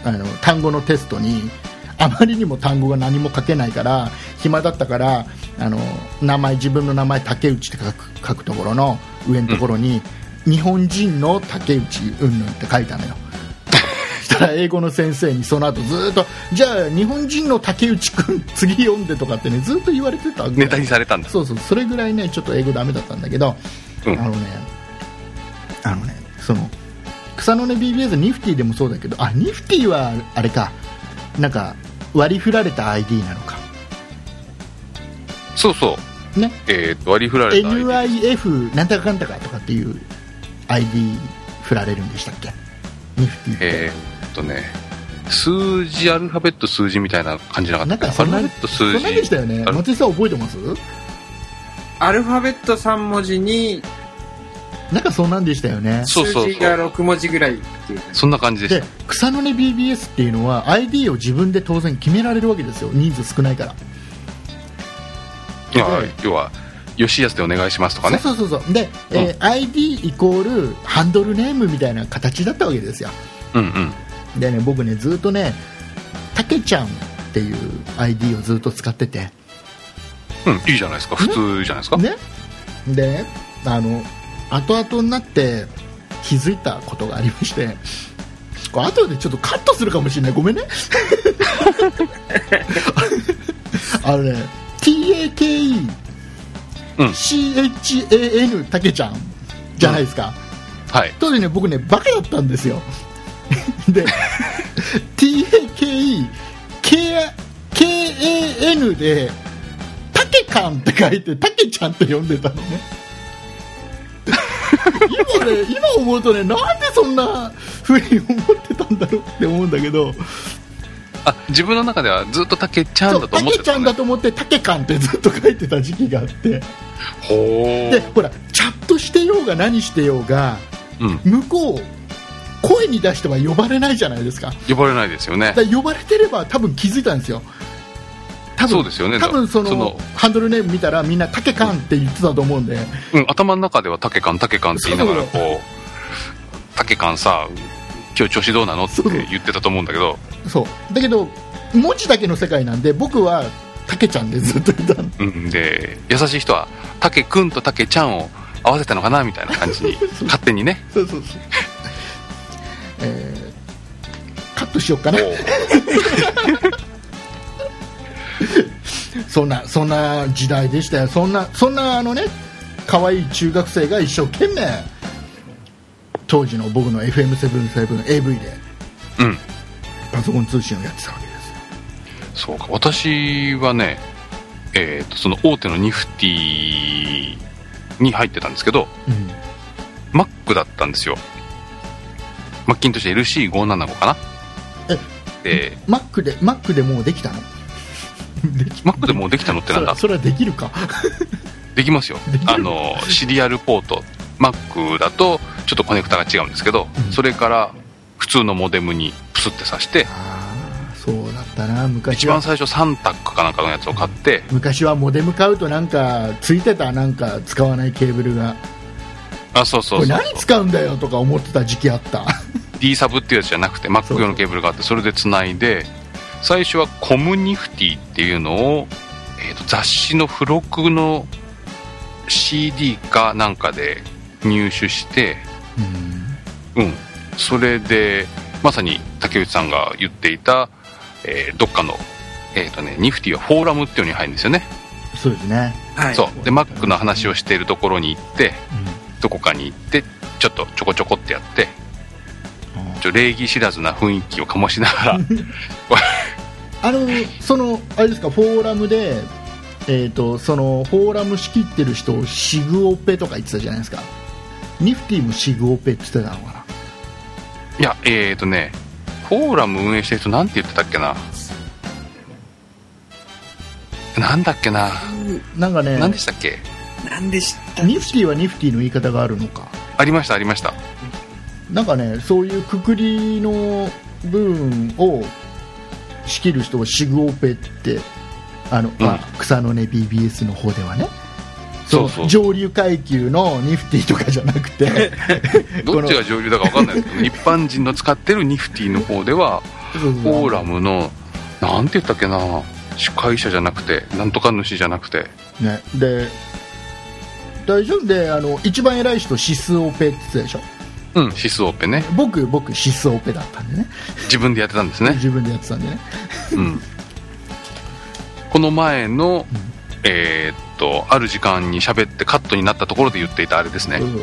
[SPEAKER 3] あの単語のテストにあまりにも単語が何も書けないから暇だったからあの名前自分の名前竹内って書く書くところの上のところに、日本人の竹内うんぬんって書いたのよ そしたら英語の先生にその後ずーっとじゃあ日本人の竹内君次読んでとかってねずーっと言われてたわけ
[SPEAKER 4] ネタにされたんだ
[SPEAKER 3] そうそうそれぐらいねちょっと英語ダメだったんだけど、
[SPEAKER 4] うん
[SPEAKER 3] あのねあのねその草の根 BBS ニフティでもそうだけどあニフティはあれかなんか割り振られた ID なのか
[SPEAKER 4] そうそう
[SPEAKER 3] ね
[SPEAKER 4] えー、と割り振られた ID
[SPEAKER 3] NIF なんたかかんたかとかっていう ID 振られるんでしたっけニフティって、
[SPEAKER 4] えー、っとね数字アルファベット数字みたいな感じなかった
[SPEAKER 3] なんかそ
[SPEAKER 4] ア
[SPEAKER 3] ん
[SPEAKER 4] ル
[SPEAKER 3] な
[SPEAKER 4] ファベット数
[SPEAKER 3] そんなで
[SPEAKER 4] 字
[SPEAKER 3] したよね
[SPEAKER 4] ある
[SPEAKER 3] 松井さん覚えてます
[SPEAKER 2] アルファベット3文字に
[SPEAKER 3] なんかそんなんでしたよね
[SPEAKER 4] そう
[SPEAKER 2] 数
[SPEAKER 4] そうそう
[SPEAKER 2] 字が6文字ぐらいっていう感じ
[SPEAKER 4] そんな感じでし
[SPEAKER 3] で草の根 BBS っていうのは ID を自分で当然決められるわけですよ人数少ないから
[SPEAKER 4] たいや要は吉安でお願いしますとかね
[SPEAKER 3] そうそうそうそうで、えー ID イコールハンドルネームみたいな形だったわけですよ
[SPEAKER 4] うんうん
[SPEAKER 3] でね僕ねずっとねたけちゃんっていう ID をずっと使ってて
[SPEAKER 4] うんいいじゃないですか普通じゃないですか、
[SPEAKER 3] ねでねあの後々になって気づいたことがありましてこれ後でちょっとカットするかもしれないご めんねあのね TAKE
[SPEAKER 4] うん
[SPEAKER 3] CHAN たけちゃんじゃないですか、
[SPEAKER 4] はい
[SPEAKER 3] 当時ね僕ねバカだったんですよ で TAKE KAN で「タケカン」って書いて「タケちゃん」って呼んでたのね今ね今思うとねなんでそんなふうに思ってたんだろうって思うんだけど
[SPEAKER 4] あ自分の中ではずっと竹ちゃんだと
[SPEAKER 3] タ
[SPEAKER 4] 思っ
[SPEAKER 3] ケ
[SPEAKER 4] て
[SPEAKER 3] ちゃ
[SPEAKER 4] た
[SPEAKER 3] ん
[SPEAKER 4] ね
[SPEAKER 3] だと思って「タケカン」ってずっと書いてた時期があって
[SPEAKER 4] ほ
[SPEAKER 3] で
[SPEAKER 4] ー
[SPEAKER 3] ほらチャットしてようが何してようが
[SPEAKER 4] うん
[SPEAKER 3] 向こう声に出しては呼ばれないじゃないですか
[SPEAKER 4] 呼ばれないですよね
[SPEAKER 3] だから呼ばれてれば多分気づいたんですよ多分
[SPEAKER 4] そうですよね
[SPEAKER 3] 多分その
[SPEAKER 4] その
[SPEAKER 3] ハンドルネーム見たらみんな「タケカン」って言ってたと思うんで、
[SPEAKER 4] うん、頭の中では「タケカンタケカン」って言いながらこう「タケカンさ今日調子どうなの?」って
[SPEAKER 3] そう
[SPEAKER 4] 言ってたと思うんだけど
[SPEAKER 3] そうだけど文字だけの世界なんで僕は「タケちゃんで ずっといたの
[SPEAKER 4] うん、で優しい人はたけくんとたけちゃんを合わせたのかなみたいな感じに勝手にね
[SPEAKER 3] そうそうそう、えーカットしようかなそんなそんな時代でしたよそんなそんなあのね可愛い中学生が一生懸命当時の僕の FM77AV で
[SPEAKER 4] うん
[SPEAKER 3] パソコン通信をやってたわけです
[SPEAKER 4] そうか私はねえーとその大手のニフティに入ってたんですけど
[SPEAKER 3] うん、
[SPEAKER 4] Mac だったんですよマッキンとして LC575 かなえで
[SPEAKER 3] Mac で Mac でもうできたのでき
[SPEAKER 4] Mac でもうできたのって
[SPEAKER 3] そ
[SPEAKER 4] なん
[SPEAKER 3] れ
[SPEAKER 4] だ
[SPEAKER 3] はそれはできるか
[SPEAKER 4] できますよ
[SPEAKER 3] できる
[SPEAKER 4] あのシリアルポート Mac だとちょっとコネクタが違うんですけど、
[SPEAKER 3] うん
[SPEAKER 4] それから普通のモデムにプスって挿して
[SPEAKER 3] ああそうだったな
[SPEAKER 4] 一
[SPEAKER 3] 昔は
[SPEAKER 4] 番最初3タックかなんかのやつを買って
[SPEAKER 3] 昔はモデム買うとなんかついてたなんか使わないケーブルが
[SPEAKER 4] あそうそ
[SPEAKER 3] こ
[SPEAKER 4] う
[SPEAKER 3] れ
[SPEAKER 4] そう
[SPEAKER 3] 何使うんだよとか思ってた時期あった
[SPEAKER 4] D サブっていうやつじゃなくて Mac 用のケーブルがあってそれでつないで最初はコムニフティっていうのを、えーと雑誌の付録の CD かなんかで入手して
[SPEAKER 3] うん
[SPEAKER 4] うん、それでまさに竹内さんが言っていた、えーどっかの、えーとね、ニフティはフォーラムっていうのに入るんですよね、
[SPEAKER 3] そうですね、
[SPEAKER 2] はい。
[SPEAKER 4] そうで Mac の話をしているところに行ってどこかに行ってちょっとちょこちょこってやって
[SPEAKER 3] うん
[SPEAKER 4] ちょ礼儀知らずな雰囲気を醸しな がら
[SPEAKER 3] あのそのあれですかフォーラムでえー、とそのフォーラム仕切ってる人をシグオペとか言ってたじゃないですかニフティもシグオペって言ってたのかない
[SPEAKER 4] やえっ、とねフォーラム運営してる人なんて言ってたっけななんだっけな
[SPEAKER 3] なんかね
[SPEAKER 4] 何でしたっけ
[SPEAKER 2] なんでした
[SPEAKER 3] ニフティはニフティの言い方があるのか
[SPEAKER 4] ありましたありました
[SPEAKER 3] なんかねそういうくくりの部分を仕切る人をシグオペってあの、まあ草の根 BBS の方ではね
[SPEAKER 4] そう
[SPEAKER 3] そ
[SPEAKER 4] そう
[SPEAKER 3] の上流階級のニフティとかじゃなくて
[SPEAKER 4] どっちが上流だか分かんないです けど一般人の使ってるニフティの方では
[SPEAKER 3] そうそう
[SPEAKER 4] フォーラムのなんて言ったっけな司会者じゃなくてなんとか主じゃなくて
[SPEAKER 3] ね、で大丈夫であの一番偉い人シスオペって言ってたでしょ
[SPEAKER 4] うんシスオペね
[SPEAKER 3] 僕僕シスオペだったんでね
[SPEAKER 4] 自分でやってたんですね、
[SPEAKER 3] 自分でやってたんでね
[SPEAKER 4] うん、この前の、えーっとある時間に喋ってカットになったところで言っていたあれですね、
[SPEAKER 3] そうそう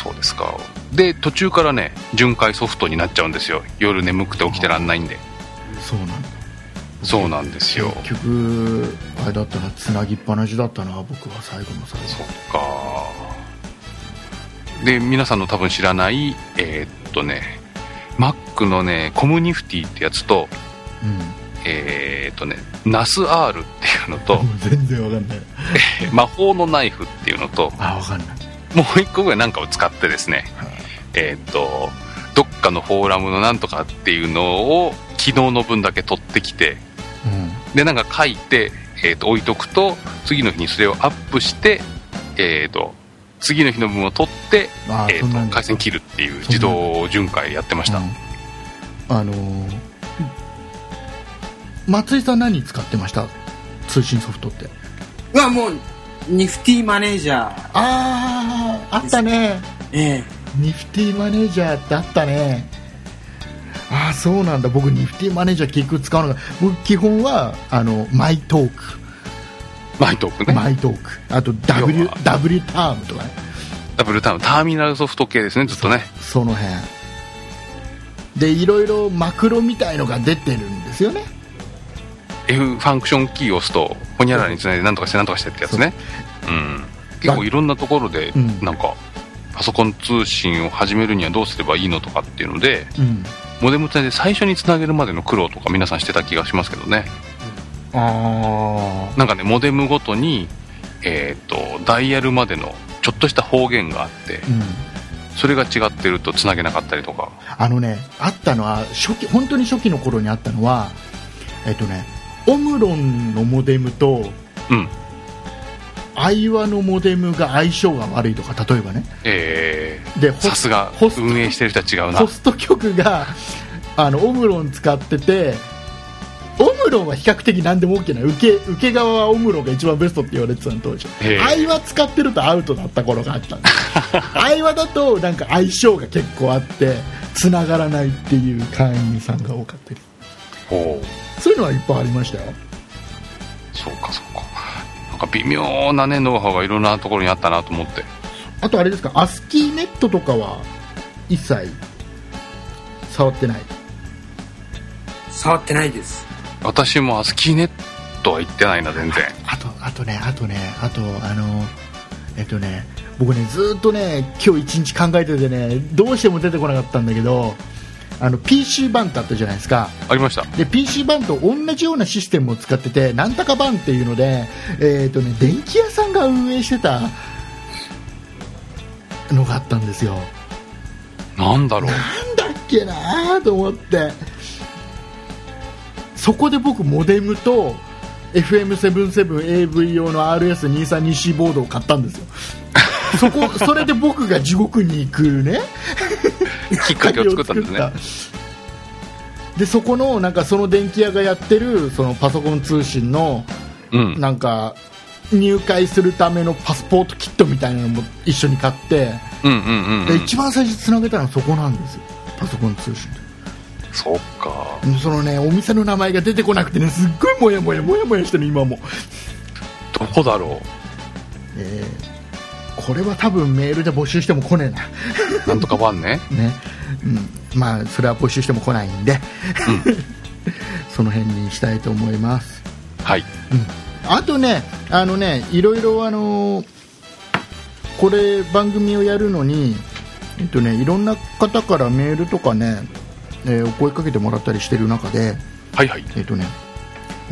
[SPEAKER 4] そうですかで途中からね巡回ソフトになっちゃうんですよ夜眠くて起きてらんないんで
[SPEAKER 3] そうなんだ
[SPEAKER 4] そうなんですよ
[SPEAKER 3] 結局あれだったなつなぎっぱなしだったな僕は最後の最後
[SPEAKER 4] そっかで皆さんの多分知らないえーっとね Mac のねコムニフティってやつと
[SPEAKER 3] う
[SPEAKER 4] えーっとねナス R っていうのと
[SPEAKER 3] ん 全然わかんない
[SPEAKER 4] 魔法のナイフっていうのと
[SPEAKER 3] あわかんない
[SPEAKER 4] もう一個ぐらいなんかを使ってですね
[SPEAKER 3] はい
[SPEAKER 4] えーっとどっかのフォーラムのなんとかっていうのを昨日の分だけ取ってきてでなんか書いて、えー、と置いとくと次の日にそれをアップして、えー、と次の日の分を取って、
[SPEAKER 3] あー
[SPEAKER 4] え
[SPEAKER 3] そんな
[SPEAKER 4] ー、
[SPEAKER 3] ん
[SPEAKER 4] と
[SPEAKER 3] だ
[SPEAKER 4] 回線切るっていう
[SPEAKER 3] そん
[SPEAKER 4] 自
[SPEAKER 3] なんだ
[SPEAKER 4] 動巡回やってました、
[SPEAKER 3] うんあのー松井さん何使ってました通信ソフトって
[SPEAKER 2] うわ、もう、ニフティマネージャー。
[SPEAKER 3] あああったね
[SPEAKER 2] え
[SPEAKER 3] ニフティマネージャーってあったねああそうなんだ僕ニフティマネージャー結局使うのが僕基本はあのマイトーク
[SPEAKER 4] マイトークね、
[SPEAKER 3] マイトークあと W,
[SPEAKER 4] 要は
[SPEAKER 3] w タームとかね
[SPEAKER 4] ダブルタウンターミナルソフト系ですねずっとね
[SPEAKER 3] その辺でいろいろマクロみたいのが出てるんですよね
[SPEAKER 4] F ファンクションキーを押すとホニャララにつないでなんとかしてなんとかしてってやつねうん結構いろんなところで、
[SPEAKER 3] うん
[SPEAKER 4] なんかパソコン通信を始めるにはどうすればいいのとかっていうので
[SPEAKER 3] うん
[SPEAKER 4] モデムつないで最初につなげるまでの苦労とか皆さんしてた気がしますけどね
[SPEAKER 3] あ
[SPEAKER 4] なんかね、モデムごとに、えっ、と、ダイヤルまでのちょっとした方言があって
[SPEAKER 3] う、ん
[SPEAKER 4] それが違ってると繋げなかったりとか。
[SPEAKER 3] あのねあったのは初期本当に初期の頃にあったのはえっとねオムロンのモデムと
[SPEAKER 4] うん。
[SPEAKER 3] アイワのモデムが相性が悪いとか例えばね
[SPEAKER 4] え
[SPEAKER 3] で
[SPEAKER 4] ー、
[SPEAKER 3] ホ
[SPEAKER 4] さ
[SPEAKER 3] ス
[SPEAKER 4] すが
[SPEAKER 3] ホス、ト
[SPEAKER 4] 運営してる人は違うな
[SPEAKER 3] ホ。スト局があのオムロン使っててオムムロンは比較的何でも OK な受け受け側はオムロンが一番ベストって言われてたの当時
[SPEAKER 4] へえ
[SPEAKER 3] 愛は使ってるとアウトだった頃があった んで愛はだとなんか相性が結構あって繋がらないっていう会員さんが多かったり
[SPEAKER 4] ほう
[SPEAKER 3] そういうのはいっぱいありましたよ
[SPEAKER 4] そうかそうかなんか微妙なねノウハウがいろんなところにあったなと思って
[SPEAKER 3] あとあれですかアスキーネットとかは一切触ってない
[SPEAKER 2] 触ってないです。
[SPEAKER 4] 私もアスキーネットは行ってないな全然
[SPEAKER 3] あとあとねあとねあとあのえっとね僕ねずーっとね今日一日考えててねどうしても出てこなかったんだけどあの PC 版ってあったじゃないですか
[SPEAKER 4] ありました
[SPEAKER 3] で PC 版と同じようなシステムを使っててなんとか版っていうので、えっとね、電気屋さんが運営してたのがあったんですよ
[SPEAKER 4] なんだろう
[SPEAKER 3] なんだっけなーと思ってそこで僕モデムと FM77AV 用の RS232C ボードを買ったんですよそ こそれで僕が地獄に行くね
[SPEAKER 4] きっかけを作ったんですね
[SPEAKER 3] 鍵を作ったでそこのなんかその電気屋がやってるそのパソコン通信の
[SPEAKER 4] うん
[SPEAKER 3] なんか入会するためのパスポートキットみたいなのも一緒に買って
[SPEAKER 4] うんうんうん、う
[SPEAKER 3] で
[SPEAKER 4] ん、
[SPEAKER 3] 一番最初につなげたのはそこなんですよパソコン通信で
[SPEAKER 4] そっか
[SPEAKER 3] そのねお店の名前が出てこなくてねすっごいモヤモヤモヤモヤしてる今も、
[SPEAKER 4] どこだろ
[SPEAKER 3] えーこれは多分メールで募集しても来ね
[SPEAKER 4] うなんとか版ね
[SPEAKER 3] えなね、うん、まあそれは募集しても来ないんで、 その辺にしたいと思います
[SPEAKER 4] はい
[SPEAKER 3] あとねあのねいろいろあのーこれ番組をやるのにえっとねいろんな方からメールとかね、えーお声かけてもらったりしてる中で
[SPEAKER 4] はいはい
[SPEAKER 3] えっとね、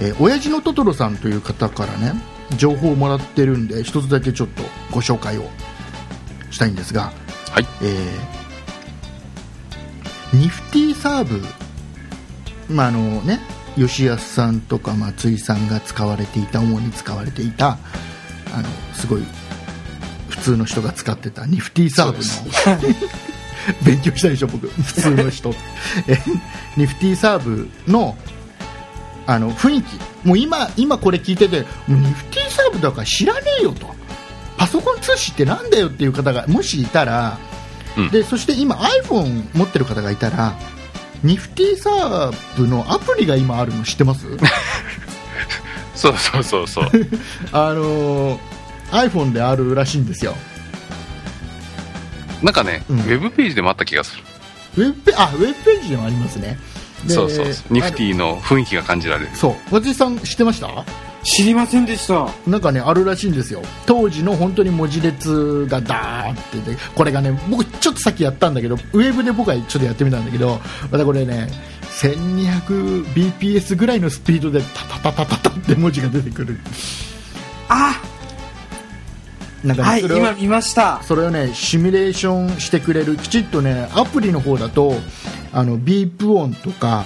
[SPEAKER 3] えー親父のトトロさんという方からね、情報をもらってるんで、一つだけちょっとご紹介をしたいんですが、
[SPEAKER 4] はい
[SPEAKER 3] えーニフティサーブ、まああのね、吉安さんとか松井さんが使われていた、主に使われていた、あのすごい普通の人が使ってたニフティサーブの 勉強したでしょ、僕、普通の人。えニフティサーブのあの雰囲気もう今今これ聞いててもうニフティサーブだから知らねえよとパソコン通信ってなんだよっていう方がもしいたら、
[SPEAKER 4] うん
[SPEAKER 3] でそして今 iPhone 持ってる方がいたらニフティサーブのアプリが今あるの知ってます
[SPEAKER 4] そうそうそう そう
[SPEAKER 3] あのー iPhone であるらしいんですよ
[SPEAKER 4] なんかね、
[SPEAKER 3] うん
[SPEAKER 4] ウェブページでもあった気がする
[SPEAKER 3] ウェブペあウェブページでもありますねで
[SPEAKER 4] そうそうそうニフテ
[SPEAKER 3] あ
[SPEAKER 4] ィの雰囲気が感じられる
[SPEAKER 3] のそう松井さん知ってました
[SPEAKER 2] 知りませんでした。
[SPEAKER 3] なんかねあるらしいんですよ当時の本当に文字列がダーってでこれがね僕ちょっとさっきやったんだけどウェブで僕はちょっとやってみたんだけどまたこれね 1200bps ぐらいのスピードでタタタタタタって文字が出てくる
[SPEAKER 2] あ
[SPEAKER 3] なんか、ね
[SPEAKER 2] はい、
[SPEAKER 3] それを
[SPEAKER 2] 今見ました。
[SPEAKER 3] それをねシミュレーションしてくれるきちっとねアプリの方だとあのビープ音とか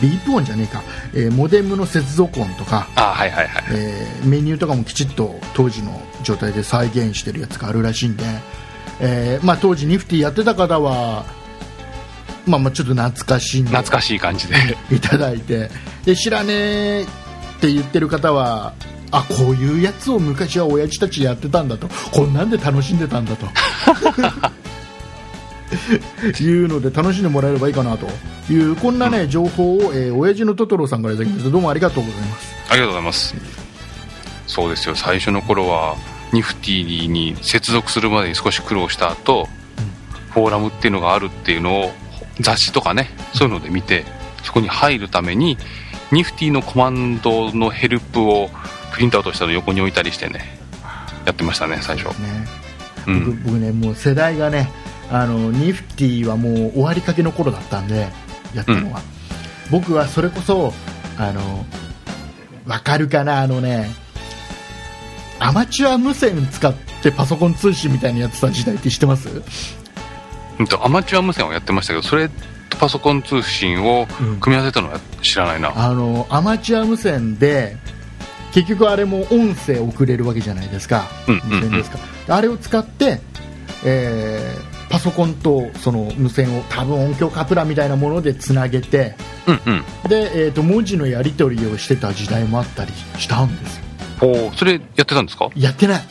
[SPEAKER 3] ビープ音じゃねえか、えーモデムの接続音とか
[SPEAKER 4] あはいはいはい
[SPEAKER 3] えーメニューとかもきちっと当時の状態で再現してるやつがあるらしいんで、えーまあ、当時ニフティやってた方は、まあ、まあちょっと懐かしんで
[SPEAKER 4] 懐かしい感じで
[SPEAKER 3] いただいてで知らねえって言ってる方はあこういうやつを昔は親父たちやってたんだとこんなんで楽しんでたんだと いうので楽しんでもらえればいいかなというこんな、ね、情報を、えー親父のトトロさんからいただきましたどうもありがとうございます。
[SPEAKER 4] ありがとうございますそうですよ最初の頃はニフティに接続するまでに少し苦労した後、フォーラムっていうのがあるっていうのを雑誌とかねそういうので見てそこに入るためにニフティのコマンドのヘルプをプリントアウトしたのを横に置いたりしてねやってましたね最初
[SPEAKER 3] ね
[SPEAKER 4] う
[SPEAKER 3] 僕
[SPEAKER 4] ん
[SPEAKER 3] 僕ねもう世代がねあのニフティはもう終わりかけの頃だったんでやったのは、僕はそれこそあのわかるかなあのねアマチュア無線使ってパソコン通信みたいにやってた時代って知ってます、
[SPEAKER 4] うんとアマチュア無線をやってましたけどそれとパソコン通信を組み合わせたのは知らないな、
[SPEAKER 3] あのアマチュア無線で結局あれも音声を送れるわけじゃないですか、
[SPEAKER 4] うんうんうん
[SPEAKER 3] 無線ですかあれを使って、えーパソコンとその無線を多分音響カプラーみたいなものでつなげて
[SPEAKER 4] うんうん
[SPEAKER 3] で、えー、と文字のやり取りをしてた時代もあったりしたんですよ
[SPEAKER 4] おーそれやってたんですか
[SPEAKER 3] やって ない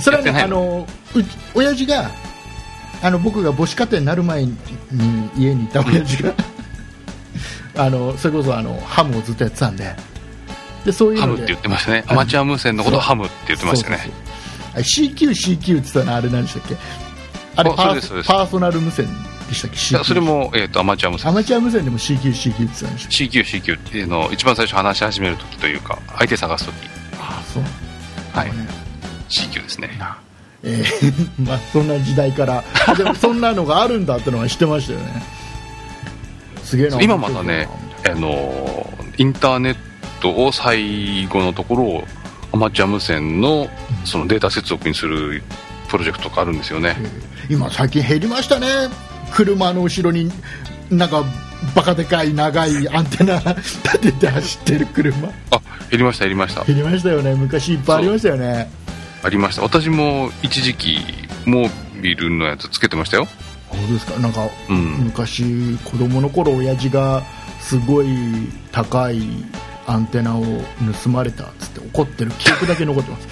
[SPEAKER 3] それはね
[SPEAKER 4] やってない
[SPEAKER 3] あのう親父があの僕が母子家庭になる前に家にいた親 父があのそれこそあのハムをずっとやってたんででそういう
[SPEAKER 4] ハ
[SPEAKER 3] の
[SPEAKER 4] ムっ
[SPEAKER 3] で
[SPEAKER 4] て言ってましたねアマチュア無線のことを
[SPEAKER 3] そう
[SPEAKER 4] ハムって言ってましたね
[SPEAKER 3] そうそうそうあ CQCQ って言ったのあれ何でしたっけあれ
[SPEAKER 4] あ
[SPEAKER 3] パ
[SPEAKER 4] そうですそうで
[SPEAKER 3] ー
[SPEAKER 4] す
[SPEAKER 3] パーソナル無線でしたっけ
[SPEAKER 4] い
[SPEAKER 3] CQ
[SPEAKER 4] やそれも、えー、とアマチュア無
[SPEAKER 3] ア
[SPEAKER 4] 線
[SPEAKER 3] マチュア無線でも CQCQ って言ってたんでしたっけ
[SPEAKER 4] CQCQ っていうのを一番最初話し始めるときというか相手探すとき
[SPEAKER 3] ああそう
[SPEAKER 4] は
[SPEAKER 3] ないんかね
[SPEAKER 4] CQ ですね
[SPEAKER 3] なえー まあそんな時代 からあでもそんなのがあるんだってのは知ってましたよねすげえな
[SPEAKER 4] 今またね
[SPEAKER 3] 面
[SPEAKER 4] あのインターネットを最後のところをアマチュア無線のそのデータ接続にするプロジェクトがあるんですよね
[SPEAKER 3] 白いな今最近減りましたね車の後ろになんかバカでかい長いアンテナ立てて走ってる車
[SPEAKER 4] あ減りました減りました
[SPEAKER 3] 減りましたよね昔いっぱいありましたよね
[SPEAKER 4] ありました私も一時期モービルのやつつけてましたよ
[SPEAKER 3] そうですかなんか
[SPEAKER 4] うん
[SPEAKER 3] 昔子供の頃親父がすごい高いアンテナを盗まれたっつって怒ってる記憶だけ残 ってます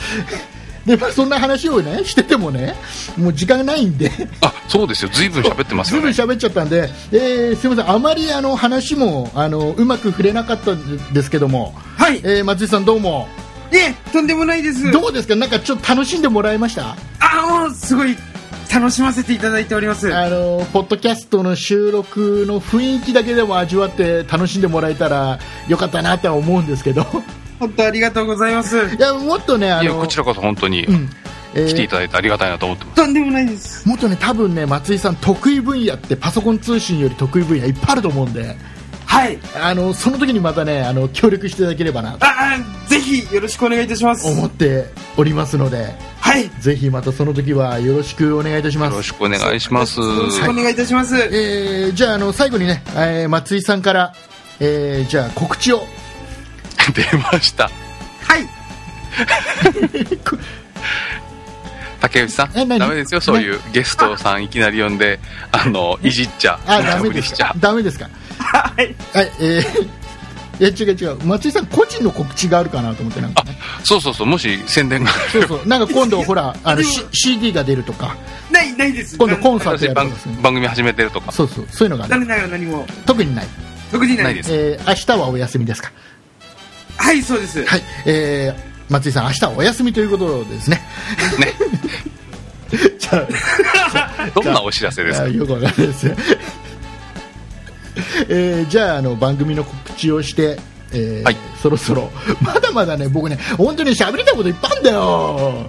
[SPEAKER 3] で、まあ、そんな話をねしててもねもう時間がないんで
[SPEAKER 4] あそうですよ随分喋ってます
[SPEAKER 3] ずい
[SPEAKER 4] よ
[SPEAKER 3] ぶん
[SPEAKER 4] ね
[SPEAKER 3] 喋っちゃったんで、えーすみませんあまりあの話もあのうまく触れなかったんですけども、
[SPEAKER 2] はい。
[SPEAKER 3] えー松井さんどうも
[SPEAKER 2] え、とんでもないです。
[SPEAKER 3] どうですかなんかちょっと楽しんでもらいました
[SPEAKER 2] ああ、すごい、楽しませていただいております。
[SPEAKER 3] あのポッドキャストの収録の雰囲気だけでも味わって楽しんでもらえたらよかったなって思うんですけど
[SPEAKER 2] 本当ありがとうございます。
[SPEAKER 3] いやもっとねあ
[SPEAKER 4] いや
[SPEAKER 3] の
[SPEAKER 4] こちらこそ本当に
[SPEAKER 3] うんえー
[SPEAKER 4] 来ていただいてありがたいなと思ってます、
[SPEAKER 2] とんでもないです。
[SPEAKER 3] もっとね多分ね松井さん得意分野ってパソコン通信より得意分野いっぱいあると思うんで
[SPEAKER 2] はい。
[SPEAKER 3] あのその時にまたねあの協力していただければなと
[SPEAKER 2] ああ、ぜひよろしくお願いいたします。
[SPEAKER 3] 思っておりますので
[SPEAKER 2] はい。
[SPEAKER 3] ぜひまたその時はよろしくお願いいたします
[SPEAKER 4] よろしくお願いします
[SPEAKER 2] よろしくお
[SPEAKER 4] は
[SPEAKER 2] 願いいたします。
[SPEAKER 3] えーじゃああの最後にね、えー松井さんから、えーじゃあ告知を
[SPEAKER 4] い出ました
[SPEAKER 2] はい。
[SPEAKER 4] 竹内さ
[SPEAKER 3] え
[SPEAKER 4] ん
[SPEAKER 3] 何
[SPEAKER 4] ダメですよそういうゲストさんいきなり呼んであのいじっちゃ
[SPEAKER 3] あ、ダメ
[SPEAKER 4] 無茶ぶ
[SPEAKER 3] で
[SPEAKER 4] りし
[SPEAKER 3] す
[SPEAKER 4] ち
[SPEAKER 3] か
[SPEAKER 4] ゃ。
[SPEAKER 3] ダメですか。
[SPEAKER 2] はい。
[SPEAKER 3] はい、えー、いや違う違う。松井さん個人の告知があるかなと思ってなんか、ね。
[SPEAKER 4] そうそうそうもし宣伝が
[SPEAKER 3] そうそう。なんか今度ほらあの
[SPEAKER 2] でも
[SPEAKER 3] C- CD が出るとか、
[SPEAKER 2] ない、ないです。
[SPEAKER 3] 今度コンサー
[SPEAKER 4] 新
[SPEAKER 3] ト
[SPEAKER 4] しい
[SPEAKER 3] やる
[SPEAKER 4] 番
[SPEAKER 3] とかする。
[SPEAKER 4] 番組始めてるとか
[SPEAKER 3] そうそう。そういうのが
[SPEAKER 2] 残
[SPEAKER 3] ね
[SPEAKER 2] 念ながら何も、
[SPEAKER 3] 特にない。
[SPEAKER 2] 特にない
[SPEAKER 4] ないです
[SPEAKER 3] えー明日はお休みですか。
[SPEAKER 2] はい、そうです。
[SPEAKER 3] はい。えー、松井さん明日はお休みということですね。
[SPEAKER 4] ね
[SPEAKER 3] じゃあ。
[SPEAKER 4] どんなお知らせです
[SPEAKER 3] あ
[SPEAKER 4] か
[SPEAKER 3] よくわかんないですね、えーじゃああの番組の告知をして、えー
[SPEAKER 4] はい
[SPEAKER 3] そろそろまだまだね僕ね本当に喋りたいこといっぱいあるんだよ、も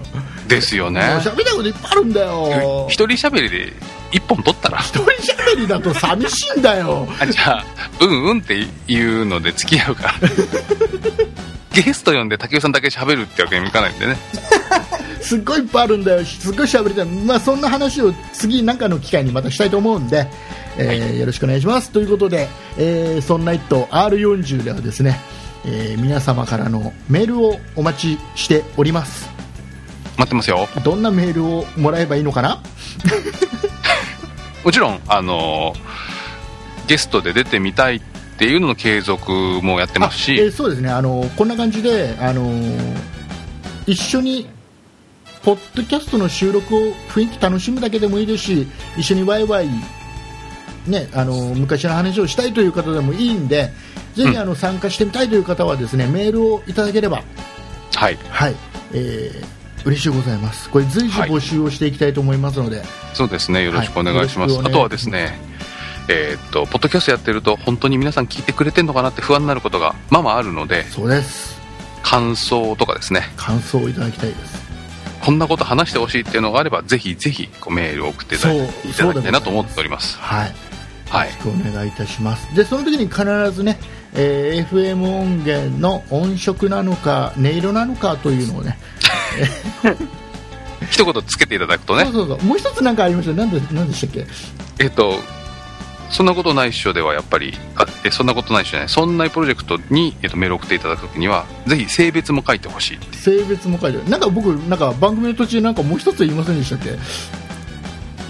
[SPEAKER 4] ですよ
[SPEAKER 3] う
[SPEAKER 4] ね
[SPEAKER 3] 喋りたいこといっぱいあるんだよ
[SPEAKER 4] 一人喋りで一本取ったら
[SPEAKER 3] 一人喋りだと寂しいんだよ
[SPEAKER 4] あじゃあうんうんって言うので付き合うから ゲスト呼んで竹内さんだけ喋るってわけにもいかないんでね
[SPEAKER 3] すっごいいっぱいあるんだよすっごい喋りたい、まあ、そんな話を次なんかの機会にまたしたいと思うんで、えーよろしくお願いしますということで「えーそんな一頭 R40」ではですね、えー皆様からのメールをお待ちしております
[SPEAKER 4] 待ってますよ
[SPEAKER 3] どんなメールをもらえばいいのかな
[SPEAKER 4] もちろんあのゲストで出てみたいっていうのの継続もやってます
[SPEAKER 3] あえー
[SPEAKER 4] し
[SPEAKER 3] そうですねあのこんな感じであの一緒にポッドキャストの収録を雰囲気楽しむだけでもいいですし一緒にワイワイ、ね、あの昔の話をしたいという方でもいいんでぜひあの参加してみたいという方はですねメールをいただければ、
[SPEAKER 4] はい
[SPEAKER 3] はいえー嬉しいございますこれ随時募集をしていきたいと思いますので、
[SPEAKER 4] そうですねよろしくお願いしま
[SPEAKER 3] はいよ
[SPEAKER 4] す、
[SPEAKER 3] ろしくお願いします
[SPEAKER 4] あとはですねえーっとポッドキャストやってると本当に皆さん聞いてくれてるのかなって不安になることがまあまああるので
[SPEAKER 3] そうです
[SPEAKER 4] 感想とかですね
[SPEAKER 3] 感想をいただきたいです
[SPEAKER 4] こんなこと話してほしいっていうのがあればぜひぜひこうメールを送っていただい
[SPEAKER 3] そう
[SPEAKER 4] いただきたいなと思っております
[SPEAKER 3] はい
[SPEAKER 4] はい
[SPEAKER 3] よろしくお願いいたしますでその時に必ずね、えー FM 音源の音色なのか音色なのかというのをね
[SPEAKER 4] 一言つけていただくとね
[SPEAKER 3] そうそうそうもう一つなんかありましたなんでなんでしたっけ
[SPEAKER 4] えっと、そんなことないっしょではやっぱり、あえそんなことないっしょじゃない、そんなプロジェクトに、えっと、メールを送っていただくときには、ぜひ性別も書いてほしいっていう。
[SPEAKER 3] 性別も書いてあるなんか僕なんか番組の途中でなんかもう一つ言いませんでしたっけ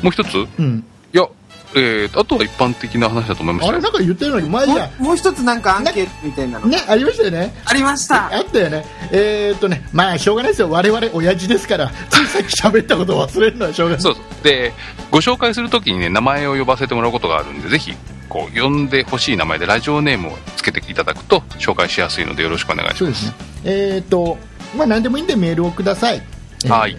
[SPEAKER 4] もう一つい
[SPEAKER 3] うん
[SPEAKER 4] や、えー、あとは一般的な話だと思いま
[SPEAKER 3] あ
[SPEAKER 4] す
[SPEAKER 3] れ
[SPEAKER 4] ね
[SPEAKER 3] なんか言ってるのに前じゃ
[SPEAKER 2] もうもう一つなんかアンケートみたいなの、
[SPEAKER 3] ねありましたよね
[SPEAKER 2] ありました
[SPEAKER 3] あったよねえー、っとねまあしょうがないですよ我々親父ですからついさっき喋ったことを忘れるのはしょうがない
[SPEAKER 4] そうそうでご紹介するときにね名前を呼ばせてもらうことがあるんでぜひこう呼んでほしい名前でラジオネームをつけていただくと紹介しやすいのでよろしくお願いし
[SPEAKER 3] そう
[SPEAKER 4] ま
[SPEAKER 3] ですすねえー、っとまあ何でもいいんでメールをください、えー
[SPEAKER 4] はい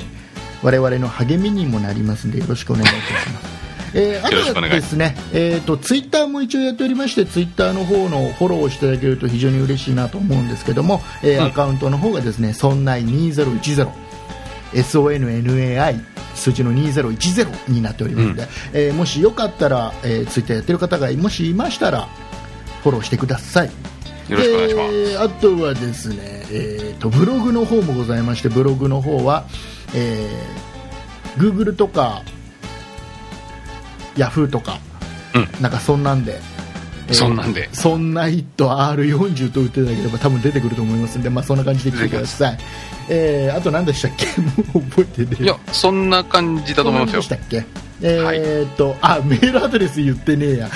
[SPEAKER 3] 我々の励みにもなりますんでよろしくお願いいたします。 えー、あ
[SPEAKER 4] よろしく
[SPEAKER 3] と
[SPEAKER 4] お
[SPEAKER 3] は
[SPEAKER 4] 願い
[SPEAKER 3] ですね、えー、とツイッターも一応やっておりましてツイッターの方のフォローをしていただけると非常に嬉しいなと思うんですけども、えー
[SPEAKER 4] うん
[SPEAKER 3] アカウントの方がですね「そんない2010」SONNAI 数字の2010になっておりますので、
[SPEAKER 4] う
[SPEAKER 3] えーもしよかったら、えー、ツイッターやってる方がもしいましたらフォローしてください。
[SPEAKER 4] よろしくお願いします、
[SPEAKER 3] えーあとはですね、えー、とブログの方もございましてブログの方は、えー、Google とか Yahoo とか、
[SPEAKER 4] うん
[SPEAKER 3] なんかそんなんで。えー
[SPEAKER 4] そんなんで
[SPEAKER 3] そんなイット R40 と打っていただければ多分出てくると思いますんで、まあ、そんな感じで来てください、えー、あと何でしたっけ もう覚えてねえ
[SPEAKER 4] いやそんな感じだと思いますよ
[SPEAKER 3] そんなでしたっけえーっと、あメールアドレス言ってねえや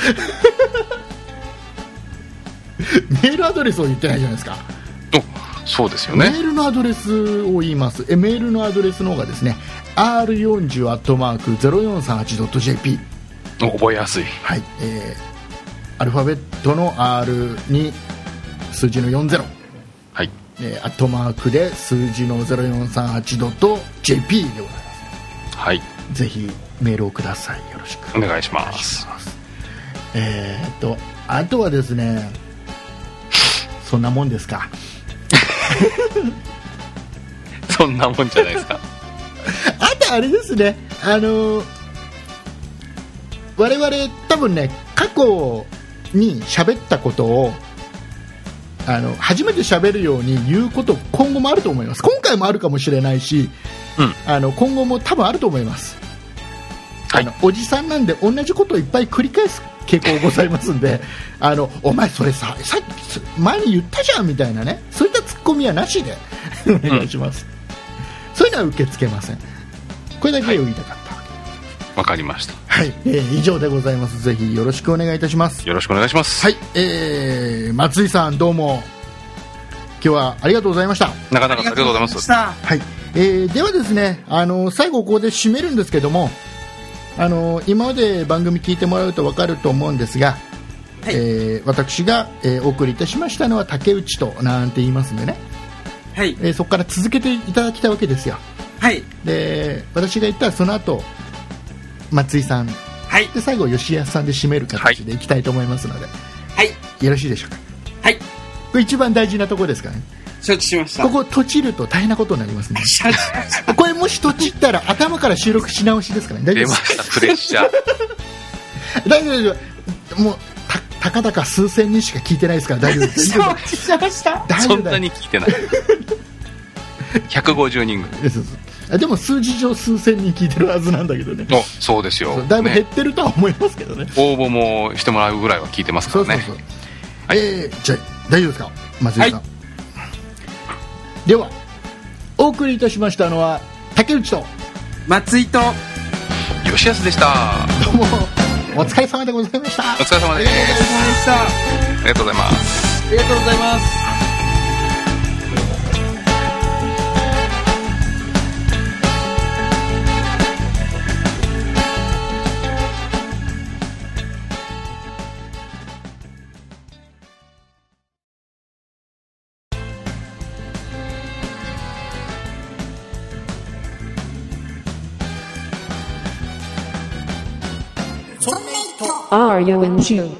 [SPEAKER 3] メールアドレスを言ってないじゃないですか、
[SPEAKER 4] おそうですよ
[SPEAKER 3] メ
[SPEAKER 4] ね
[SPEAKER 3] ールのアドレスを言いますえメールのアドレスの方がですね r40-0438.jp
[SPEAKER 4] お覚えやすい
[SPEAKER 3] はいえー、アルファベットの R に数字の40
[SPEAKER 4] はい
[SPEAKER 3] えー、アットマークで数字の 0438.jp でございます
[SPEAKER 4] はい
[SPEAKER 3] ぜひメールをくださいよろしく
[SPEAKER 4] お願いします
[SPEAKER 3] えーっとあとはですねそんなもんですか
[SPEAKER 4] そんなもんじゃないですか
[SPEAKER 3] あとあれですねあのー我々多分ね過去に喋ったことをあの初めて喋るように言うこと今後もあると思います今回もあるかもしれないし、
[SPEAKER 4] うん
[SPEAKER 3] あの今後も多分あると思います、
[SPEAKER 4] はい
[SPEAKER 3] あのおじさんなんで同じことをいっぱい繰り返す傾向ございますんで あのお前それささっきそ前に言ったじゃんみたいなねそういったツッコミはなしで お願いします、そういうのは受け付けませんこれだけを言いたかったわけ
[SPEAKER 4] わかりました
[SPEAKER 3] はい、えー以上でございますぜひよろしくお願いいたします
[SPEAKER 4] よろしくお願いします、
[SPEAKER 3] はい、えー、松井さんどうも今日はありがとうございました
[SPEAKER 4] なかなかありがとうございます
[SPEAKER 2] あ
[SPEAKER 3] はい、えーではですね、あの最後ここで締めるんですけども、あの今まで番組聞いてもらうとわかると思うんですが、
[SPEAKER 2] はい
[SPEAKER 3] えー私が、えーお送りいたしましたのは竹内となんて言いますんでね、
[SPEAKER 2] はい
[SPEAKER 3] えーそこから続けていただきたわけですよ。
[SPEAKER 2] はい
[SPEAKER 3] で私が言ったらその後松井さんで
[SPEAKER 2] はい
[SPEAKER 3] 最後吉安さんで締める形でいきたいと思いますので、
[SPEAKER 2] はい
[SPEAKER 3] よろしいでしょうか。
[SPEAKER 2] はい
[SPEAKER 3] これ一番大事なところですからね。
[SPEAKER 2] 承知しました
[SPEAKER 3] ここ閉じると大変なことになりますね。
[SPEAKER 2] 承知しました
[SPEAKER 3] これもしとちったら頭から収録し直しですからね大丈
[SPEAKER 4] 出
[SPEAKER 3] 夫
[SPEAKER 4] ま
[SPEAKER 3] です
[SPEAKER 4] したプレッシャー
[SPEAKER 3] 大丈夫大丈夫もうたたかだか数千人しか聞いてないですから大丈夫 です
[SPEAKER 2] 承知しました
[SPEAKER 3] 大丈
[SPEAKER 4] そ
[SPEAKER 3] 夫
[SPEAKER 4] ん
[SPEAKER 3] 大
[SPEAKER 4] な
[SPEAKER 3] 丈
[SPEAKER 4] に聞いてない150人ぐら
[SPEAKER 3] 夫
[SPEAKER 4] い
[SPEAKER 3] そうそうそうでも数字上数千人聞いてるはずなんだけどね
[SPEAKER 4] おそうですよ、
[SPEAKER 3] そうだいぶ減
[SPEAKER 4] ね
[SPEAKER 3] っ、てるとは思いますけどね
[SPEAKER 4] 応募もしてもらうぐらいは聞いてますか
[SPEAKER 3] そ
[SPEAKER 4] ら
[SPEAKER 3] うそう
[SPEAKER 4] ね
[SPEAKER 3] そう、
[SPEAKER 4] はい
[SPEAKER 3] えーじゃあ大丈夫ですか松井さん、
[SPEAKER 2] は
[SPEAKER 3] ではお送りいたしましたのは竹内とど
[SPEAKER 2] 松井と
[SPEAKER 4] 吉安でした
[SPEAKER 3] う もお疲れ様でございました
[SPEAKER 4] お疲れ様です
[SPEAKER 2] お疲れ様でしたあ
[SPEAKER 4] ありがとうございます
[SPEAKER 2] りがとうございます
[SPEAKER 5] are you in June?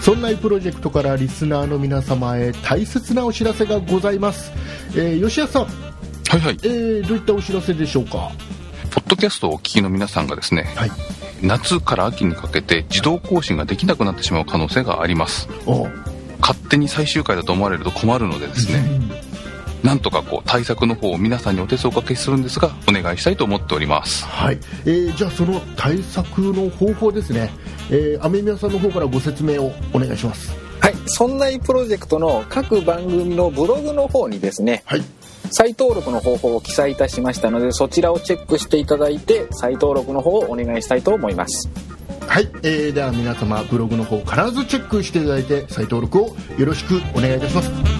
[SPEAKER 3] そんなプロジェクトからリスナーの皆様へ大切なお知らせがございます、えー、吉安さん、
[SPEAKER 4] はいはい
[SPEAKER 3] えー、どういったお知らせでしょうか
[SPEAKER 4] ポッドキャストをお聞きの皆さんがですね、
[SPEAKER 3] はい
[SPEAKER 4] 夏から秋にかけて自動更新ができなくなってしまう可能性があります
[SPEAKER 3] お
[SPEAKER 4] 勝手に最終回だと思われると困るのでですね、なんとかこう対策の方を皆さんにお手数をおかけするんですがお願いしたいと思っております
[SPEAKER 3] はい、えー、じゃあその対策の方法ですね、えー、アメミヤさんの方からご説明をお願いします
[SPEAKER 6] はい、そんないプロジェクトの各番組のブログの方にですね、
[SPEAKER 3] はい
[SPEAKER 6] 再登録の方法を記載いたしましたのでそちらをチェックしていただいて再登録の方をお願いしたいと思います
[SPEAKER 3] はい、えー、では皆様ブログの方必ずチェックしていただいて再登録をよろしくお願いいたします